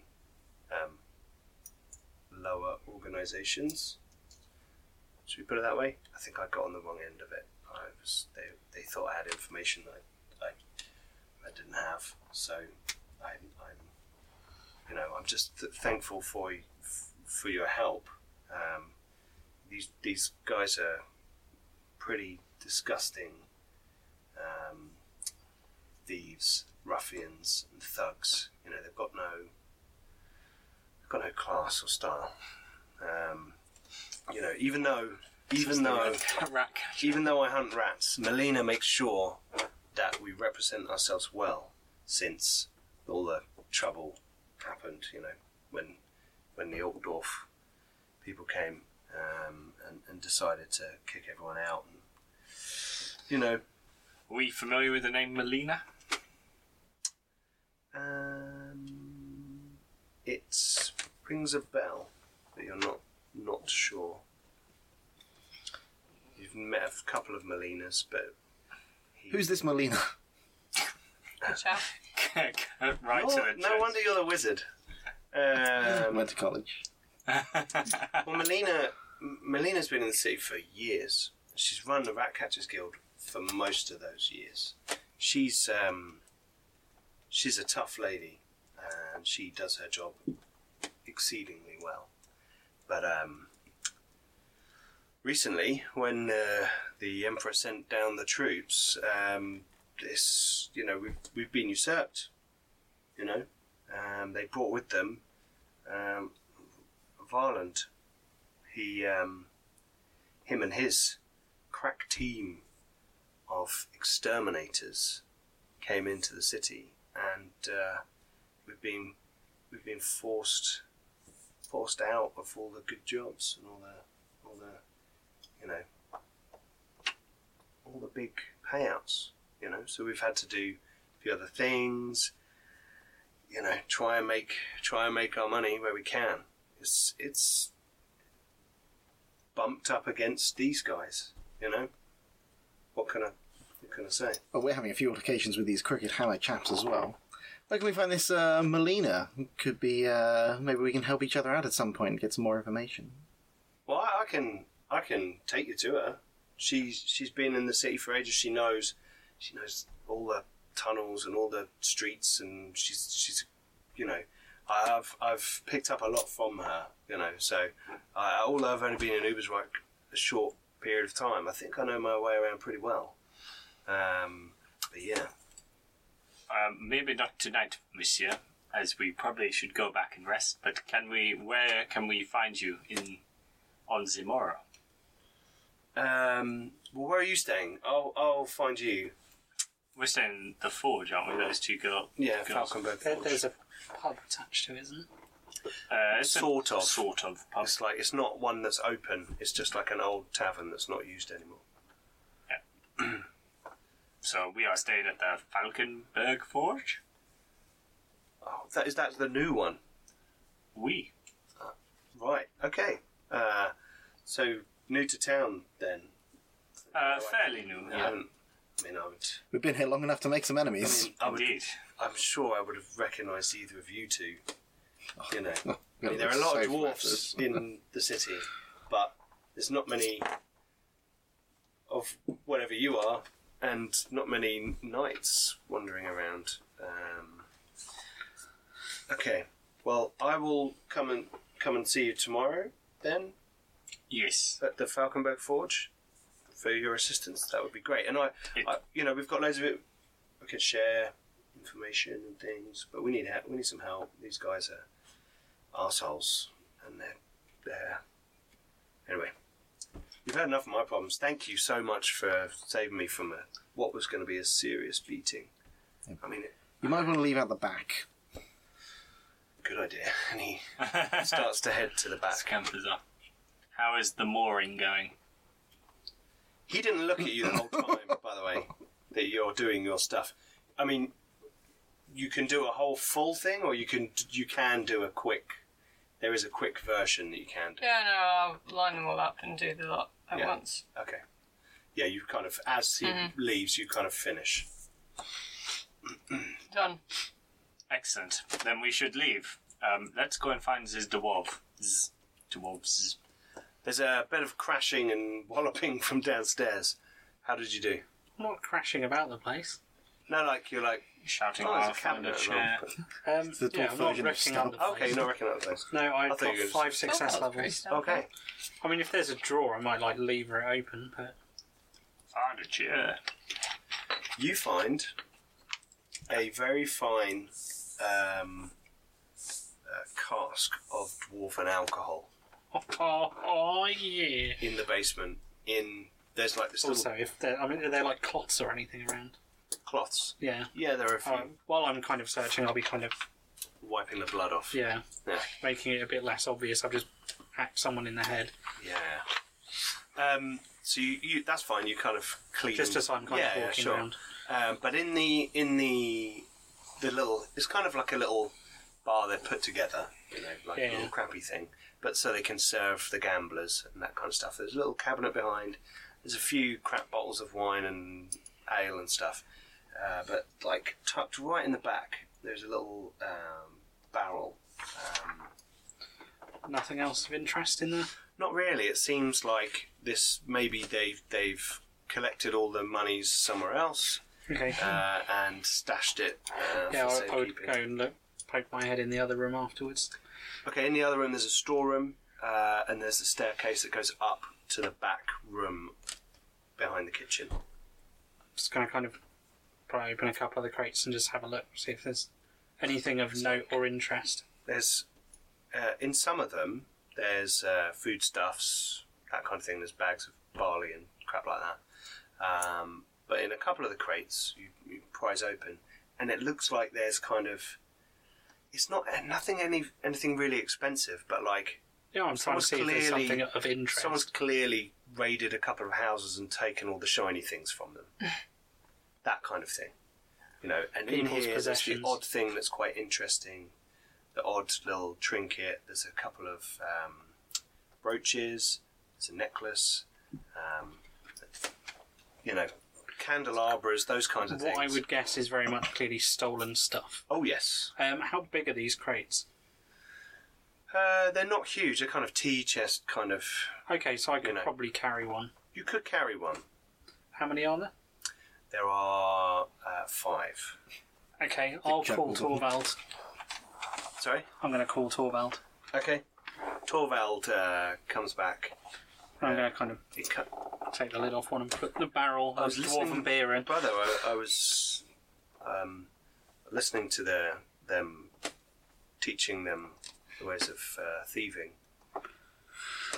um, lower organisations. Should we put it that way? I think I got on the wrong end of it. I was they, they thought I had information that I, I, I didn't have. So I'm, I'm you know I'm just th- thankful for y- f- for your help. Um, these these guys are pretty disgusting um, thieves, ruffians, and thugs. You know they've got no they've got no class or style. Um, you know, even though, even though, Rack. even though I hunt rats, Melina makes sure that we represent ourselves well, since all the trouble happened. You know, when when the Altdorf people came um, and, and decided to kick everyone out, and you know, we familiar with the name Melina? um, It rings a bell, but you're not not sure. You've met a couple of Molinas, but he- Who's this Molina? Chap. right to You're- the no wonder you're the wizard. Um, Went to college. Well, Melina, M- Melina's been in the city for years. She's run the Ratcatchers Guild for most of those years. She's um, she's a tough lady, and she does her job exceedingly well. But um, recently, when uh, the Emperor sent down the troops, um, this you know we've we've been usurped. You know, um, they brought with them um, Varland, he um, him and his crack team of exterminators came into the city, and uh, we've been we've been forced forced out of all the good jobs and all the all the you know all the big payouts. You know, so we've had to do a few other things. You know, try and make try and make our money where we can. It's it's bumped up against these guys. You know, what can I what can I say? Well, we're having a few altercations with these crooked hammer chaps as well. Where can we find this uh, Molina? Could be uh, maybe we can help each other out at some point and get some more information. Well, I, I can I can take you to her. She's she's been in the city for ages. She knows she knows all the tunnels and all the streets, and she's she's you know I- I've I've picked up a lot from her. You know, so I, although I've only been in Uber's like a short period of time, I think I know my way around pretty well. Um, but yeah, Um, maybe not tonight, Monsieur, as we probably should go back and rest. But can we? Where can we find you in on Zimora? Um, well, where are you staying? I'll, I'll find you. We're staying in the forge, aren't we? Those two girls. Yeah, girls. Falconberg There, Forge. there's a pub attached to it, isn't it? Uh, it's a Sort of. sort of pub. It's like it's not one that's open. It's just like an old tavern that's not used anymore. So we are staying at the Falconberg Forge. Oh, that is that the new one, We. right? Okay. Uh, so new to town then. Uh, fairly new. I haven't. I mean, I would. We've been here long enough to make some I enemies. mean, I would. Indeed. I'm sure I would have recognised either of you two. You know, Oh, I mean, there are a lot of so dwarfs flatters. in the city, but there's not many of whatever you are, and not many knights wandering around. Um, okay, well, I will come and come and see you tomorrow then Yes. at the Falconberg Forge for your assistance. That would be great. And I, I you know, we've got loads of it. We could share information and things, but we need help. We need some help. These guys are assholes, and they're they're anyway. You've had enough of my problems. Thank you so much for saving me from a, what was going to be a serious beating. I mean, You might want to leave out the back. good idea. And he starts to head to the back. Scampers up. How is the mooring going? He didn't look at you the whole time, by the way, that you're doing your stuff. I mean, you can do a whole full thing, or you can you can do a quick. There is a quick version that you can do. Yeah, no, I'll line them all up and do the lot at Yeah. once. Okay. Yeah, you kind of as he leaves, you kind of finish. Done. Excellent. Then we should leave. Um, let's go and find this dwarf. Z- dwarves. There's a bit of crashing and walloping from downstairs. How did you do? Not crashing about the place. No, like you're like Shouting oh, there's a off on cabinet. a at the chair. moment. Um, the dwarf yeah, I'm not version of wrecking up the Oh, okay, place. you're not recognising those. No, I I've thought got you were- five Oh, success that was pretty levels. standard. Okay. I mean, if there's a drawer, I might like lever it open, but On a chair. you find a very fine um, uh, cask of dwarven alcohol oh, oh, oh, yeah. in the basement. In there's like this Also, little if they're, I mean, are there like clots or anything around? cloths. Yeah. Yeah, there are a few Um, while I'm kind of searching, I'll be kind of wiping the blood off. yeah, Yeah. making it a bit less obvious. I've just hacked someone in the head. yeah. Um, so you, you that's fine. You kind of clean. Just as I'm kind yeah, of yeah, walking sure. around. Um, but in the in the the little, it's kind of like a little bar they've put together, you know, like Yeah, a little yeah. crappy thing, but so they can serve the gamblers and that kind of stuff. There's a little cabinet behind. There's a few crap bottles of wine and ale and stuff, uh, but like tucked right in the back, there's a little um, barrel. Um, Nothing else of interest in there. not really. It seems like this maybe they've they've collected all the monies somewhere else Okay. uh, and stashed it. Uh, yeah, for I, I would safekeeping. go and look, poke my head in the other room afterwards. Okay, in the other room there's a storeroom, uh, and there's a staircase that goes up to the back room behind the kitchen. Just gonna kind of probably open a couple other crates and just have a look, see if there's anything of note or interest. There's uh, in some of them there's uh, foodstuffs, that kind of thing. There's bags of barley and crap like that. Um, but in a couple of the crates, you, you prize open, and it looks like there's kind of it's not nothing any anything really expensive, but like Yeah, I'm Someone's trying to see if there's clearly- something of interest. Someone's clearly raided a couple of houses and taken all the shiny things from them. that kind of thing. You know, and in People's here, there's the possessions. odd thing that's quite interesting. The odd little trinket. There's a couple of um, brooches. There's a necklace. Um, you know, candelabras, those kinds of what I things. would guess is very much clearly stolen stuff. Oh, yes. Um, how big are these crates? Uh, they're not huge. They're kind of tea chest kind of... Okay, so I could know. probably carry one. You could carry one. How many are there? There are uh, five. Okay, I'll call juggled one. Torvald. Sorry? I'm going to call Torvald. Okay. Torvald uh, comes back. I'm going to kind of He co- take the lid off one and put the barrel of was listening- dwarven beer in. Brother, I, I was um, listening to their, them teaching them the ways of uh, thieving.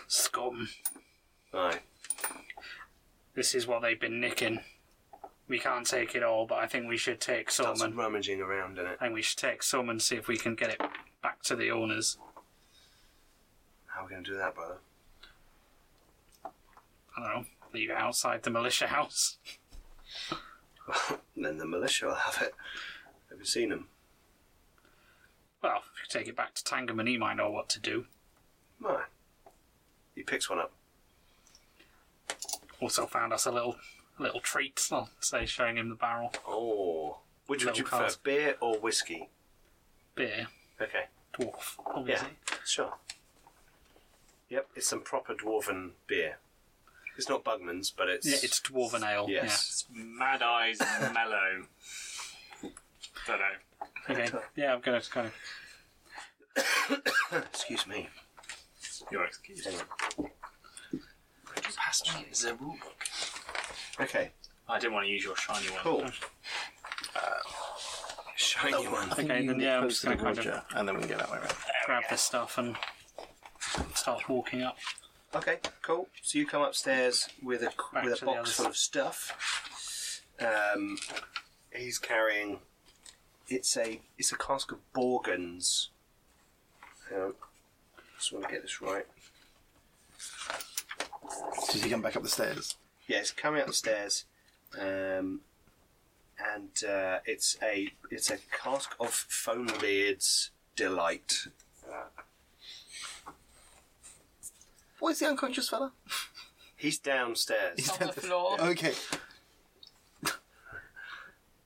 Scum. Aye. This is what they've been nicking. We can't take it all, but I think we should take some That's and rummaging around in it. I think we should take some and see if we can get it back to the owners. How are we going to do that, brother? I don't know. Leave it outside the militia house. And then the militia will have it. Have you seen them? Well, if you take it back to Tangam and he might know what to do. Aye. He picks one up. Also found us a little a little treat, I'll say, showing him the barrel. Oh. Which would Little you prefer, cask. beer or whiskey? Beer. Okay. Dwarf, Yeah. obviously. Sure. Yep, it's some proper dwarven beer. It's not Bugman's, but it's. Yeah, it's dwarven ale. Yes. Mad Eyes Mellow. Don't know. Yeah. Okay. Yeah, I'm gonna kind of Excuse me. You're excused. Past me is a rule book. Okay, I didn't want to use your shiny one. cool. Uh, Oh, shiny one. Okay, then, yeah, I'm just gonna kind of- and then we can get that way around. grab this stuff and start walking up. Okay, cool. So you come upstairs with a Back with to a the box others. full of stuff. Um, he's carrying. It's a it's a cask of Borgans. Hang on. Just want to get this right. Does he come back up the stairs? Yeah, it's coming up the stairs, um, and uh, it's a it's a cask of Foambeard's delight. What is the unconscious fella? He's downstairs. on the floor. Okay.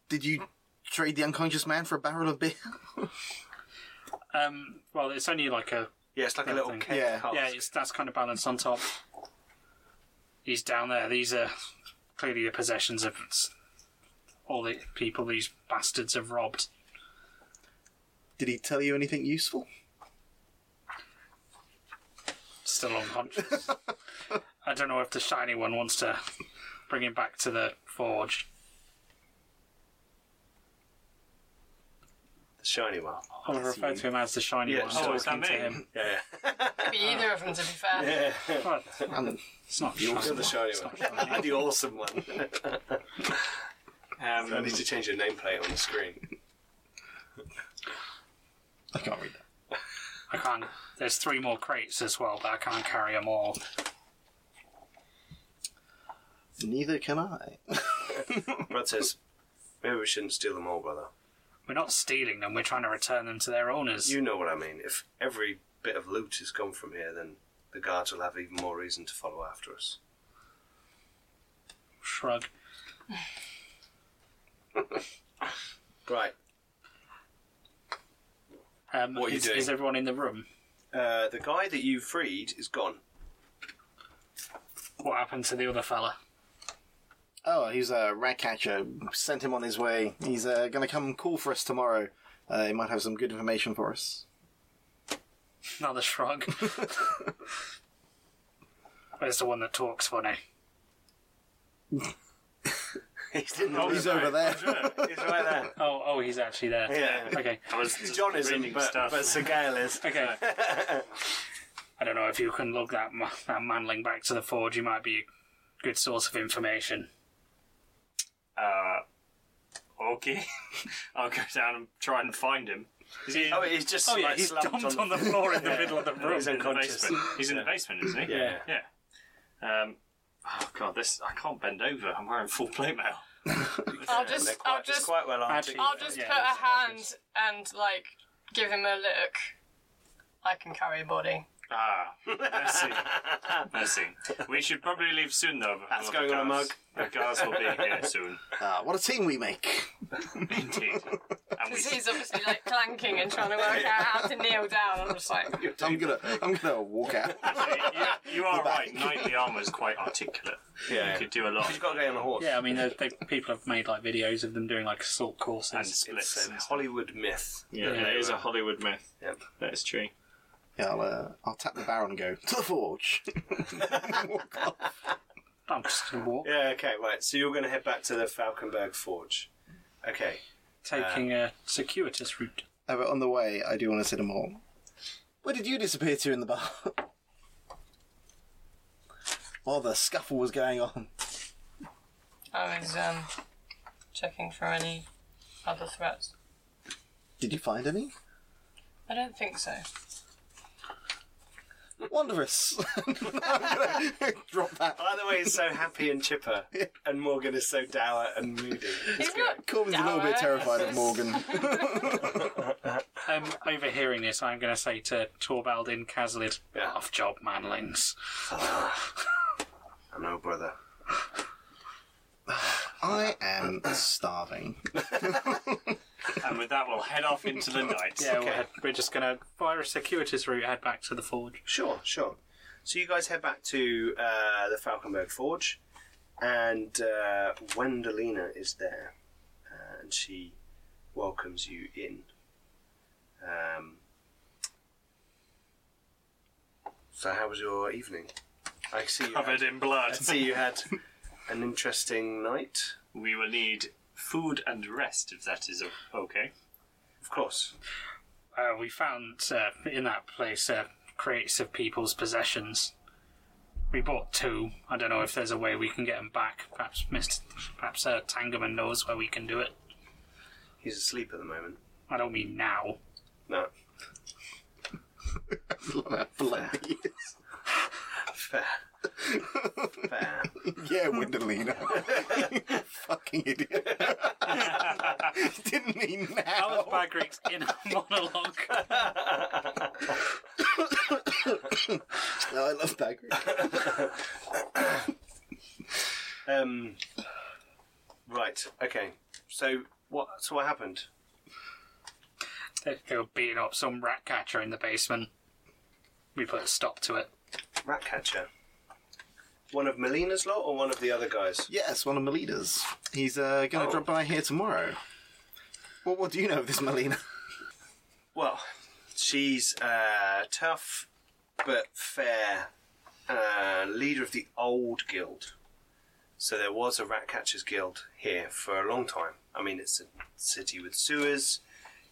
Did you trade the unconscious man for a barrel of beer? Um, well, it's only like a Yeah, it's like a That little thing. keg Yeah. cask. yeah. It's that's kind of balanced on top. He's down there. These are clearly the possessions of all the people these bastards have robbed. Did he tell you anything useful? Still unconscious. I don't know if the shiny one wants to bring him back to the forge. the shiny one. I'll refer to him as the shiny Yeah, one. oh, is that talking to me? him. Yeah, Could be either of them, to be fair. Well, And it's not shiny. you're the shiny one. the awesome one. Um, I need to change your nameplate on the screen. I can't read that. I can't. There's three more crates as well, but I can't carry them all. Neither can I. Brad says, "Maybe we shouldn't steal them all, brother." We're not stealing them. We're trying to return them to their owners. You know what I mean. If every bit of loot is gone from here, then the guards will have even more reason to follow after us. Shrug. Right. Um, What are you is, doing? is everyone in the room? Uh, the guy that you freed is gone. What happened to the other fella? Oh, he's a rat catcher. Sent him on his way. He's uh, going to come call for us tomorrow. Uh, he might have some good information for us. Another shrug. Where's the one that talks funny? He's, in Oh, He's right. over there. Sure. He's right there. Oh, oh, he's actually there. Yeah. Okay. I was just John reading isn't, but, stuff. but Sir Gael is. Okay. I don't know if you can lug that ma- that manling back to the forge. You might be a good source of information. Uh, okay. I'll go down and try and find him. Is he in Oh, he's just Oh yeah, like, he's slumped dumped on, on the floor in the middle of the the- room. he's in the unconscious. basement? He's in the basement, isn't he? Yeah. Yeah. Um, oh god, this I can't bend over. I'm wearing full plate mail. I'll And they're just, quite, I'll it's just, quite well armed. Actually- I'll just Yeah, put that's a hand and like give him a look. I can carry a body. Ah, mercy, mercy. We should probably leave soon though. That's going on a mug. The guards will be here soon, Ah, what a team we make. indeed. And we Because he's obviously like clanking and trying to work out how to kneel down. I'm just like, I'm gonna, I'm gonna walk out. you, you are back. right. Knightly armor is quite articulate. Yeah. You could do a lot. He's got to go on a horse. Yeah, I mean, they, they, people have made like videos of them doing like assault courses. and splits. It's a and stuff. Hollywood myth. Yeah. yeah, that is a Hollywood myth. Yep. That is true. Yeah, I'll, uh, I'll tap the barrel and go to the forge. Walk off. I'm just gonna walk, Yeah, okay, right. So you're going to head back to the Falkenberg Forge. Okay. taking a circuitous route. Uh, but on the way, I do want to sit them all. Where did you disappear to in the bar? While the scuffle was going on. I was um, checking for any other threats. Did you find any? I don't think so. Wondrous! I'm gonna Drop that. I like the way he's so happy and chipper, and Morgan is so dour and moody. He's not Corbin's a little bit dour, terrified it's- of Morgan. Um, overhearing this, I'm going to say to Torvaldin Caslid, Yeah. "Half job, manlings." I know, brother. I am starving. And with that, we'll head off into the night. Yeah, we'll head, we're just going to via a circuitous route head back to the forge. Sure, sure. So you guys head back to uh, the Falkenberg Forge, and uh, Wendelina is there, uh, and she welcomes you in. Um, so, how was your evening? I see you Covered had, in blood. I see you had an interesting night. We will need food and rest if that is o- okay. Of course. Uh, we found uh, in that place uh, crates of people's possessions. We bought two. I don't know if there's a way we can get them back. Perhaps Mr. Perhaps uh, Tangerman knows where we can do it. He's asleep at the moment. I don't mean now. No, Bloody. fair. fair. Yeah, Wendelina. Fucking idiot. Didn't mean Alice now. Bagrick's in a monologue. No, I love Bagger. Um, right. Okay. So what? So what happened? They, they were beating up some rat catcher in the basement. We put a stop to it. Ratcatcher. One of Melina's lot or one of the other guys? Yes, one of Melina's. He's uh, going to Oh. drop by here tomorrow. Well, what do you know of this Melina? Well, she's uh, tough but fair uh, leader of the old guild. So there was a ratcatchers guild here for a long time. I mean, it's a city with sewers,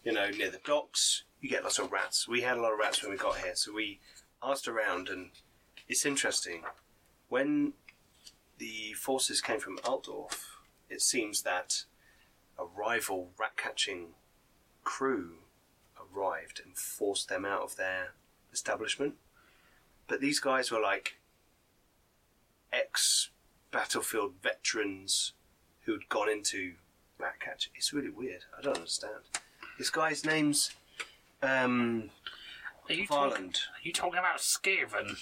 you know, near the docks. You get lots of rats. We had a lot of rats when we got here, so we asked around, and it's interesting. When the forces came from Altdorf, it seems that a rival rat catching crew arrived and forced them out of their establishment. But these guys were like ex battlefield veterans who'd gone into rat catch. It's really weird. I don't understand. This guy's name's um, Are you, talk- Varland. are you talking about Skaven?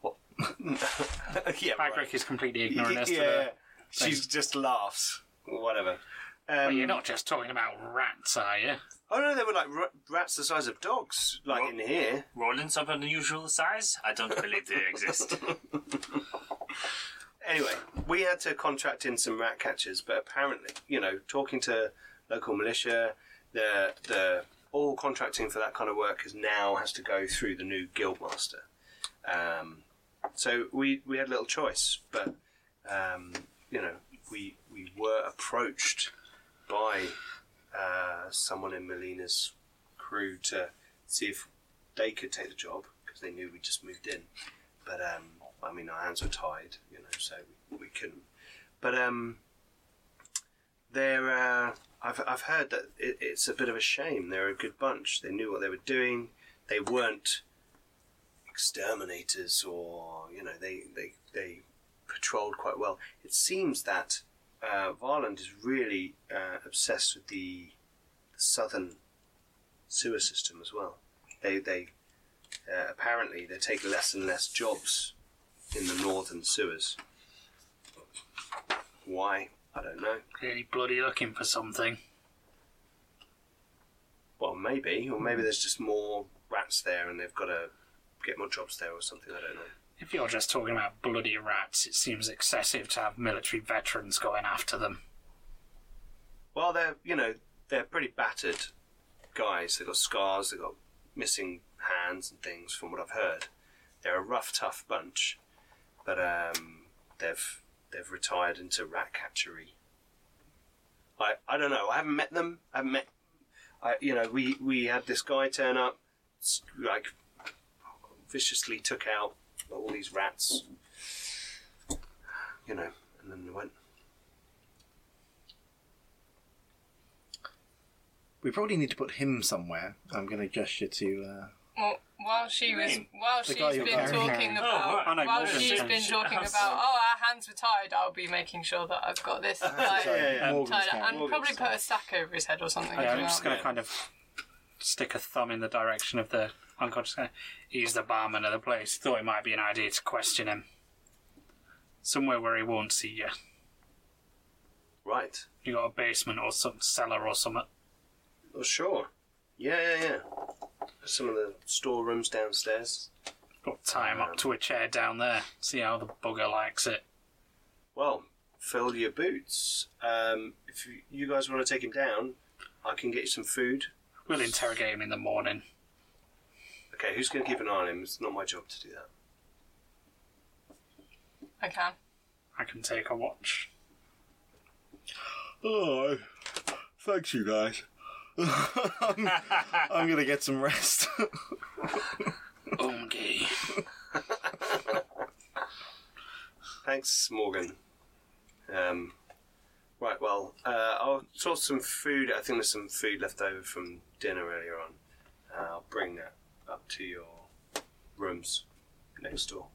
What? yeah, Bagrick right. is completely ignorant as to yeah. the. She just laughs. Whatever. Well, Um, you're not just talking about rats, are you? Oh no, they were like ra- rats the size of dogs, like in here. Rollins of unusual size? I don't believe they exist. Anyway, we had to contract in some rat catchers, but apparently, you know, talking to local militia, the the all contracting for that kind of work is now has to go through the new guildmaster. Um, so we we had little choice, but um, you know, we we were approached by uh, someone in Melina's crew to see if they could take the job because they knew we just moved in. But um, I mean, our hands were tied, you know, so we, we couldn't. But um, they're, uh, I've, I've heard that it, it's a bit of a shame. They're a good bunch. They knew what they were doing. They weren't exterminators or, you know, they, they, they patrolled quite well. It seems that uh, Varland is really uh, obsessed with the southern sewer system as well. They, they uh, apparently they take less and less jobs in the northern sewers. Why? I don't know. Clearly bloody looking for something. Well, maybe, or maybe there's just more rats there, and they've got to get more jobs there or something. I don't know. If you're just talking about bloody rats, it seems excessive to have military veterans going after them. Well, they're you know they're pretty battered guys. They've got scars. They've got missing hands and things. From what I've heard, they're a rough, tough bunch. But um, they've they've retired into rat catchery. I I don't know. I haven't met them. I haven't met. I you know we we had this guy turn up, s- like viciously took out all these rats. You know, and then they went. We probably need to put him somewhere. I'm going to gesture to. Uh, Well, while she was, while she's guy you're been carrying. talking Oh, about, right. I know, while Morgan's she's changed been his talking house. about, oh, our hands were tied. I'll be making sure that I've got this like, sorry, yeah, yeah. Morgan's tied up, and hand. probably put a sack over his head or something. Yeah, as I'm well. just going to Yeah. kind of stick a thumb in the direction of the unconscious guy. He's the barman of the place. Thought it might be an idea to question him. Somewhere where he won't see you. Right. You got a basement or some cellar or something. Oh, sure. Yeah, yeah, yeah. Some of the storerooms downstairs. Got time up to a chair down there. See how the bugger likes it. Well, fill your boots. Um, if you, you guys want to take him down, I can get you some food. We'll interrogate him in the morning. Okay, who's going to keep an eye on him? It's not my job to do that. I can. I can take a watch. oh, thanks you guys. I'm, going to get some rest. Ungi. Thanks, Morgan. Um, right, well, uh, I'll sort some food. I think there's some food left over from dinner earlier on. Uh, I'll bring that up to your rooms next door.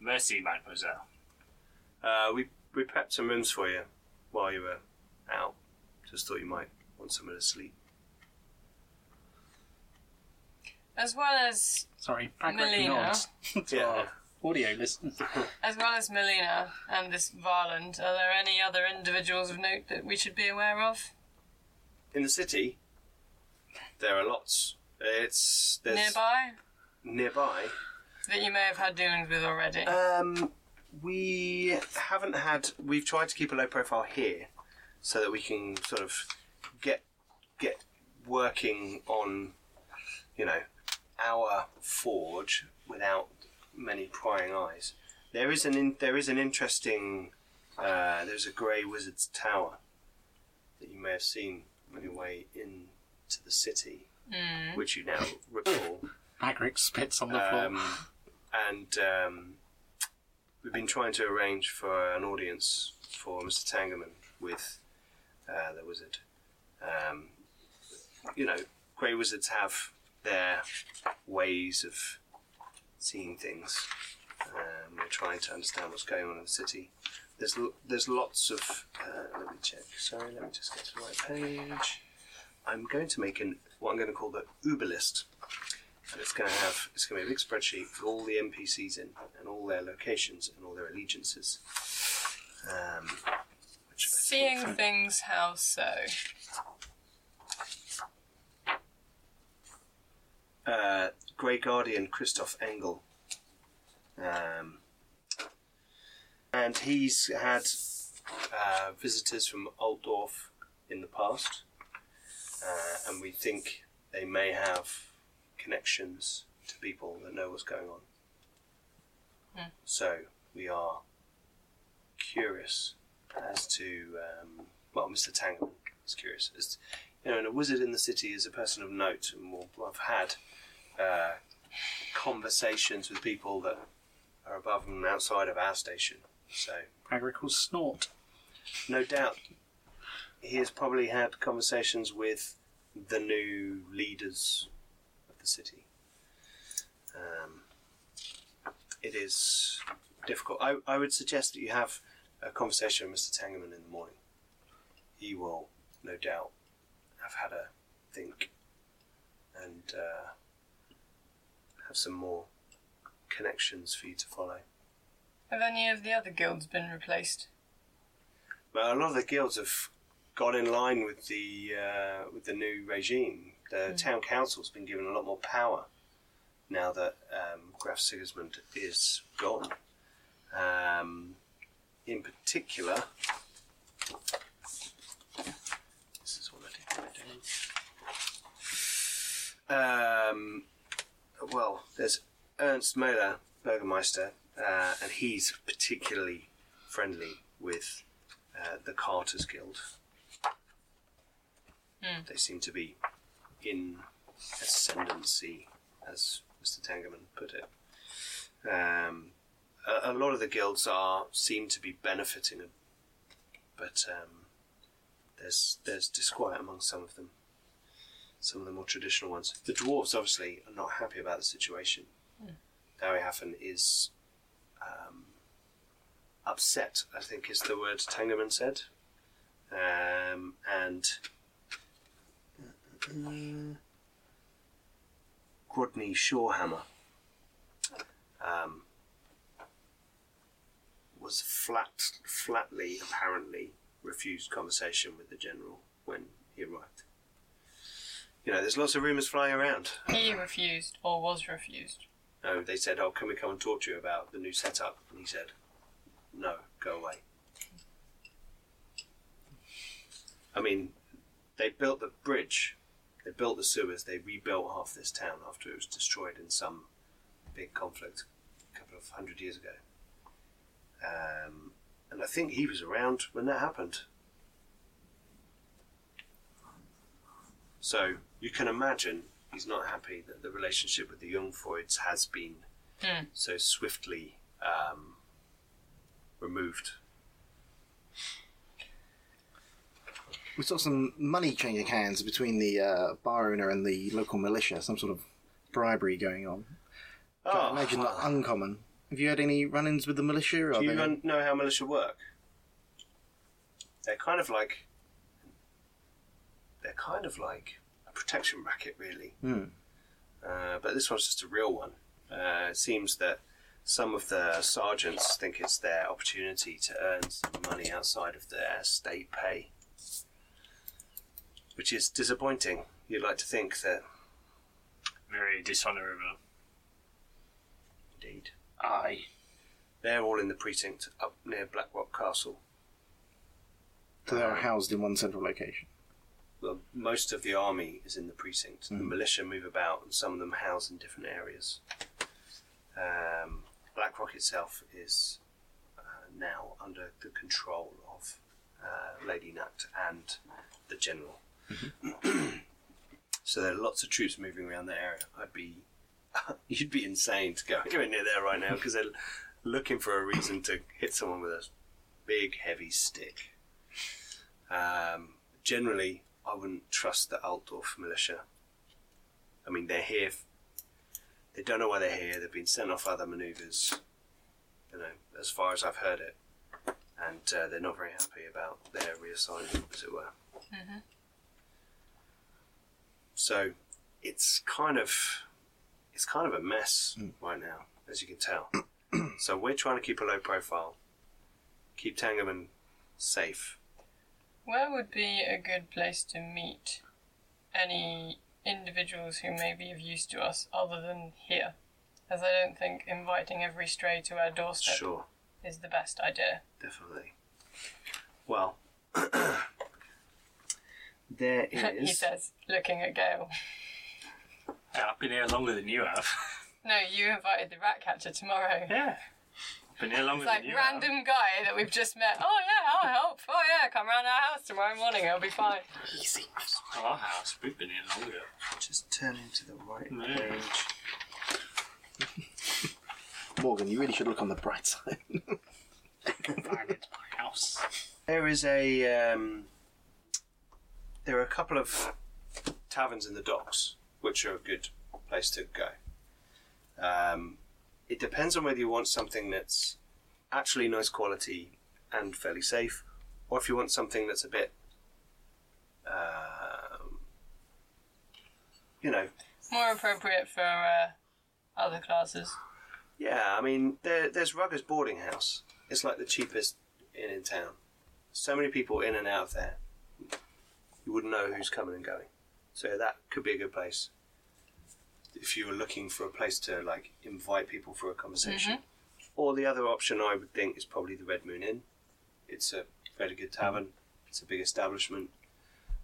Mercy, mademoiselle. Uh, we we prepped some rooms for you while you were out. Just thought you might want somewhere to sleep. As well as Sorry, background Melina. nods. Yeah. Audio listen. as well as Melina and this Varland, are there any other individuals of note that we should be aware of In the city, there are lots. It's there's nearby nearby. that you may have had dealings with already? Um, we haven't had. We've tried to keep a low profile here, so that we can sort of get get working on, you know, our forge without many prying eyes. There is an in, there is an interesting. Uh, there's a grey wizard's tower that you may have seen on your way into the city, which you now recall Bagrick spits on the um, floor. and um, we've been trying to arrange for an audience for Mr. Tangerman with uh, the wizard. Um, you know, grey wizards have their ways of seeing things. Um, we're trying to understand what's going on in the city. There's l- there's lots of. Uh, let me check. Sorry, let me just get to the right page. I'm going to make an what I'm going to call the Uber list, and it's going to have it's going to be a big spreadsheet with all the NPCs in and all their locations and all their allegiances. Um, which I Seeing thought- things how so. uh, Grey Guardian Christoph Engel. Um, and he's had uh, visitors from Altdorf in the past, uh, and we think they may have connections to people that know what's going on. So we are curious as to, um, well, Mr. Tangle is curious. As you know, and a wizard in the city is a person of note, and we'll, I've had uh, conversations with people that are above and outside of our station. So, Agricole snort. no doubt, he has probably had conversations with the new leaders of the city. Um, it is difficult. I, I would suggest that you have a conversation with Mr. Tangerman in the morning. He will, no doubt, have had a think and uh, have some more connections for you to follow. Have any of the other guilds been replaced? But a lot of the guilds have got in line with the uh, with the new regime. The town council's been given a lot more power now that um, Graf Sigismund is gone. Um, in particular, this is what I did. write down. Um, well, there's Ernst Mailer, Burgermeister, uh, and he's particularly friendly with uh, the Carters Guild. They seem to be in ascendancy, as Mr. Tangerman put it. Um, a, a lot of the guilds are seem to be benefiting, them, but um, there's there's disquiet among some of them. Some of the more traditional ones. The dwarves obviously are not happy about the situation. Harry Haffen is um, upset, I think is the word Tangerman said. Um, and Rodney Shorehammer um, was flat, flatly, apparently, refused conversation with the general when he arrived. You know, there's lots of rumours flying around. He refused, or was refused. No, they said, "Oh, can we come and talk to you about the new setup?" And he said, "No, go away." I mean, they built the bridge, they built the sewers, they rebuilt half this town after it was destroyed in some big conflict a couple of hundred years ago. Um, and I think he was around when that happened. So you can imagine he's not happy that the relationship with the Jungfreuds has been Hmm. so swiftly um, removed. We saw some money changing hands between the uh, bar owner and the local militia, some sort of bribery going on. I imagine Ah. not uncommon. Have you had any run ins with the militia? Or Do you they- un- know how militia work? They're kind of like they're kind of like a protection racket, really. Hmm. Uh, but this one's just a real one. Uh, it seems that some of the sergeants think it's their opportunity to earn some money outside of their state pay, which is disappointing. You'd like to think that, Very dishonourable. indeed, Aye. they're all in the precinct up near Blackrock Castle. So they're housed in one central location. well, most of the army is in the precinct. The militia move about, and some of them house in different areas. Um, Blackrock itself is uh, now under the control of uh, Lady Nut and the general. so there are lots of troops moving around that area. I'd be, you'd be insane to go anywhere near there right now because they're looking for a reason to hit someone with a big, heavy stick. Um, generally, I wouldn't trust the Altdorf militia. I mean, they're here. f- They don't know why they're here. They've been sent off other manoeuvres. You know, as far as I've heard it, and uh, they're not very happy about their reassignment, as it were. So it's kind of it's kind of a mess right now, as you can tell. so we're trying to keep a low profile, keep Tangerman safe. Where would be a good place to meet any individuals who may be of use to us other than here? As I don't think inviting every stray to our doorstep Sure, is the best idea. definitely. Well, there he is. says, looking at Gail. I've been here longer than you have. No, you invited the rat catcher tomorrow. Yeah. Been here longer It's like than you random guy that we've just met. Oh yeah, I'll help. Oh yeah, come round our house tomorrow morning. It'll be fine. have. Our house, we've been here longer. Just turn into the right Marriage. Morgan, you really should look on the bright side. Fine, it's my house. There is a um, there are a couple of taverns in the docks which are a good place to go. Um, it depends on whether you want something that's actually nice quality and fairly safe, or if you want something that's a bit, um, you know, More appropriate for uh, other classes. Yeah, I mean, there, there's Ruggers Boarding House. It's like the cheapest inn in town. So many people in and out of there. You wouldn't know who's coming and going. So that could be a good place. If you were looking for a place to like invite people for a conversation. Or the other option I would think is probably the Red Moon Inn. It's a fairly good tavern. It's a big establishment.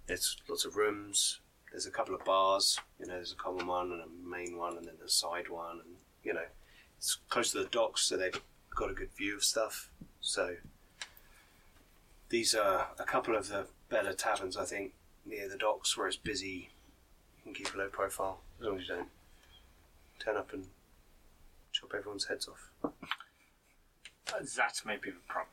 There's lots of rooms. There's a couple of bars. You know, there's a common one and a main one and then a side one and you know it's close to the docks, so they've got a good view of stuff. So these are a couple of the better taverns, I think, near the docks where it's busy. You can keep a low profile as long as you don't turn up and chop everyone's heads off. Uh, That may be the problem.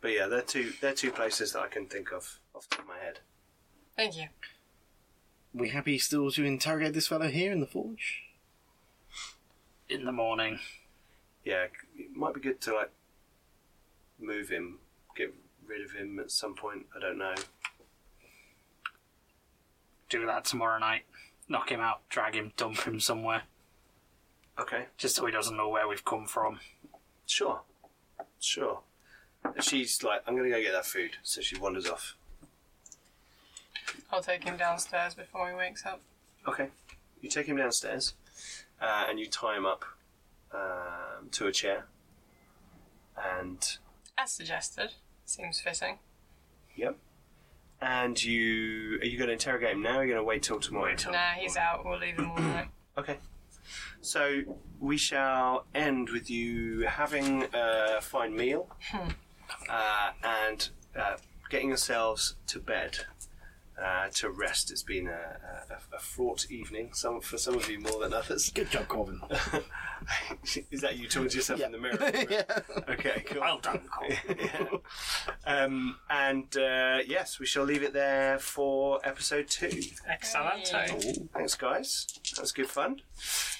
But yeah, they're two they're two places that I can think of off the top of my head. Thank you. We happy still to interrogate this fellow here in the forge? In the morning. Yeah, it might be good to like move him, get rid of him at some point. I don't know. Do that tomorrow night. Knock him out, drag him, dump him somewhere. Okay. Just so he doesn't know where we've come from. Sure. Sure. She's like, I'm going to go get that food. So she wanders off. I'll take him downstairs before he wakes up. Okay. You take him downstairs uh, and you tie him up um, to a chair. And, As suggested, seems fitting. yep. And you, are you going to interrogate him now or are you going to wait till tomorrow? Wait till- Nah, he's out. We'll leave him all night. Okay. So we shall end with you having a fine meal Hmm. uh, and uh, getting yourselves to bed uh, to rest. It's been a, a, a fraught evening, some for some of you more than others. Good job, Corvin. Is that you talking to yourself in the mirror? yeah. Okay, cool. Well done, Cole. Um, and uh, yes, we shall leave it there for episode two. Hey. Excellente. Thanks, guys. That was good fun.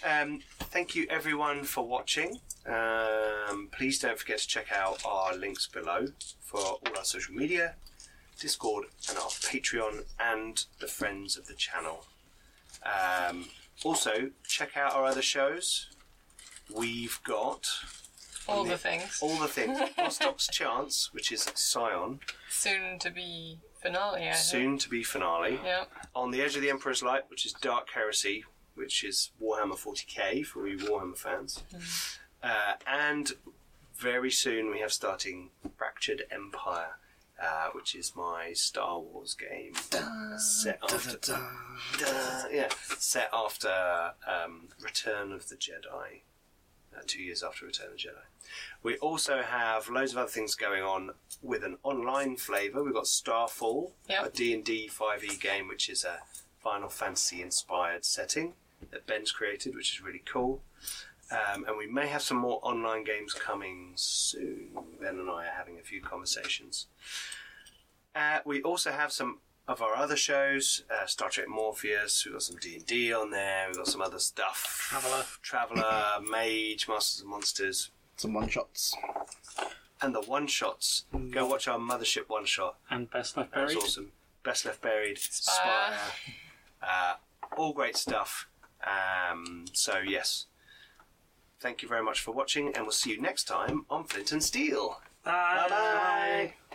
Um, thank you, everyone, for watching. Um, please don't forget to check out our links below for all our social media, Discord, and our Patreon, and the friends of the channel. Um, also, check out our other shows. We've got All the things. all the things Vostok's Chance, which is Scion, Soon to be finale. I think. soon to be finale. Yeah. On the Edge of the Emperor's Light, which is Dark Heresy, which is Warhammer 40k for all you Warhammer fans. Uh, and very soon we have starting Fractured Empire, uh, which is my Star Wars game set after Duh, uh, yeah set after um, Return of the Jedi. Uh, two years after Return of the Jedi. We also have loads of other things going on with an online flavour. We've got Starfall, Yep. a D&D 5e E game, which is a Final Fantasy inspired setting that Ben's created, which is really cool. Um, and we may have some more online games coming soon. Ben and I are having a few conversations. Uh, we also have some of our other shows, uh, Star Trek Morpheus. We've got some D and D on there. We've got some other stuff. Traveller, Traveller, Mage, Masters and Monsters, Some one shots. and the one shots. Go watch our Mothership one shot. and best left That was buried. awesome. Best left buried. Spire. Uh, all great stuff. Um, so yes, thank you very much for watching, and we'll see you next time on Flint and Steel. Bye bye.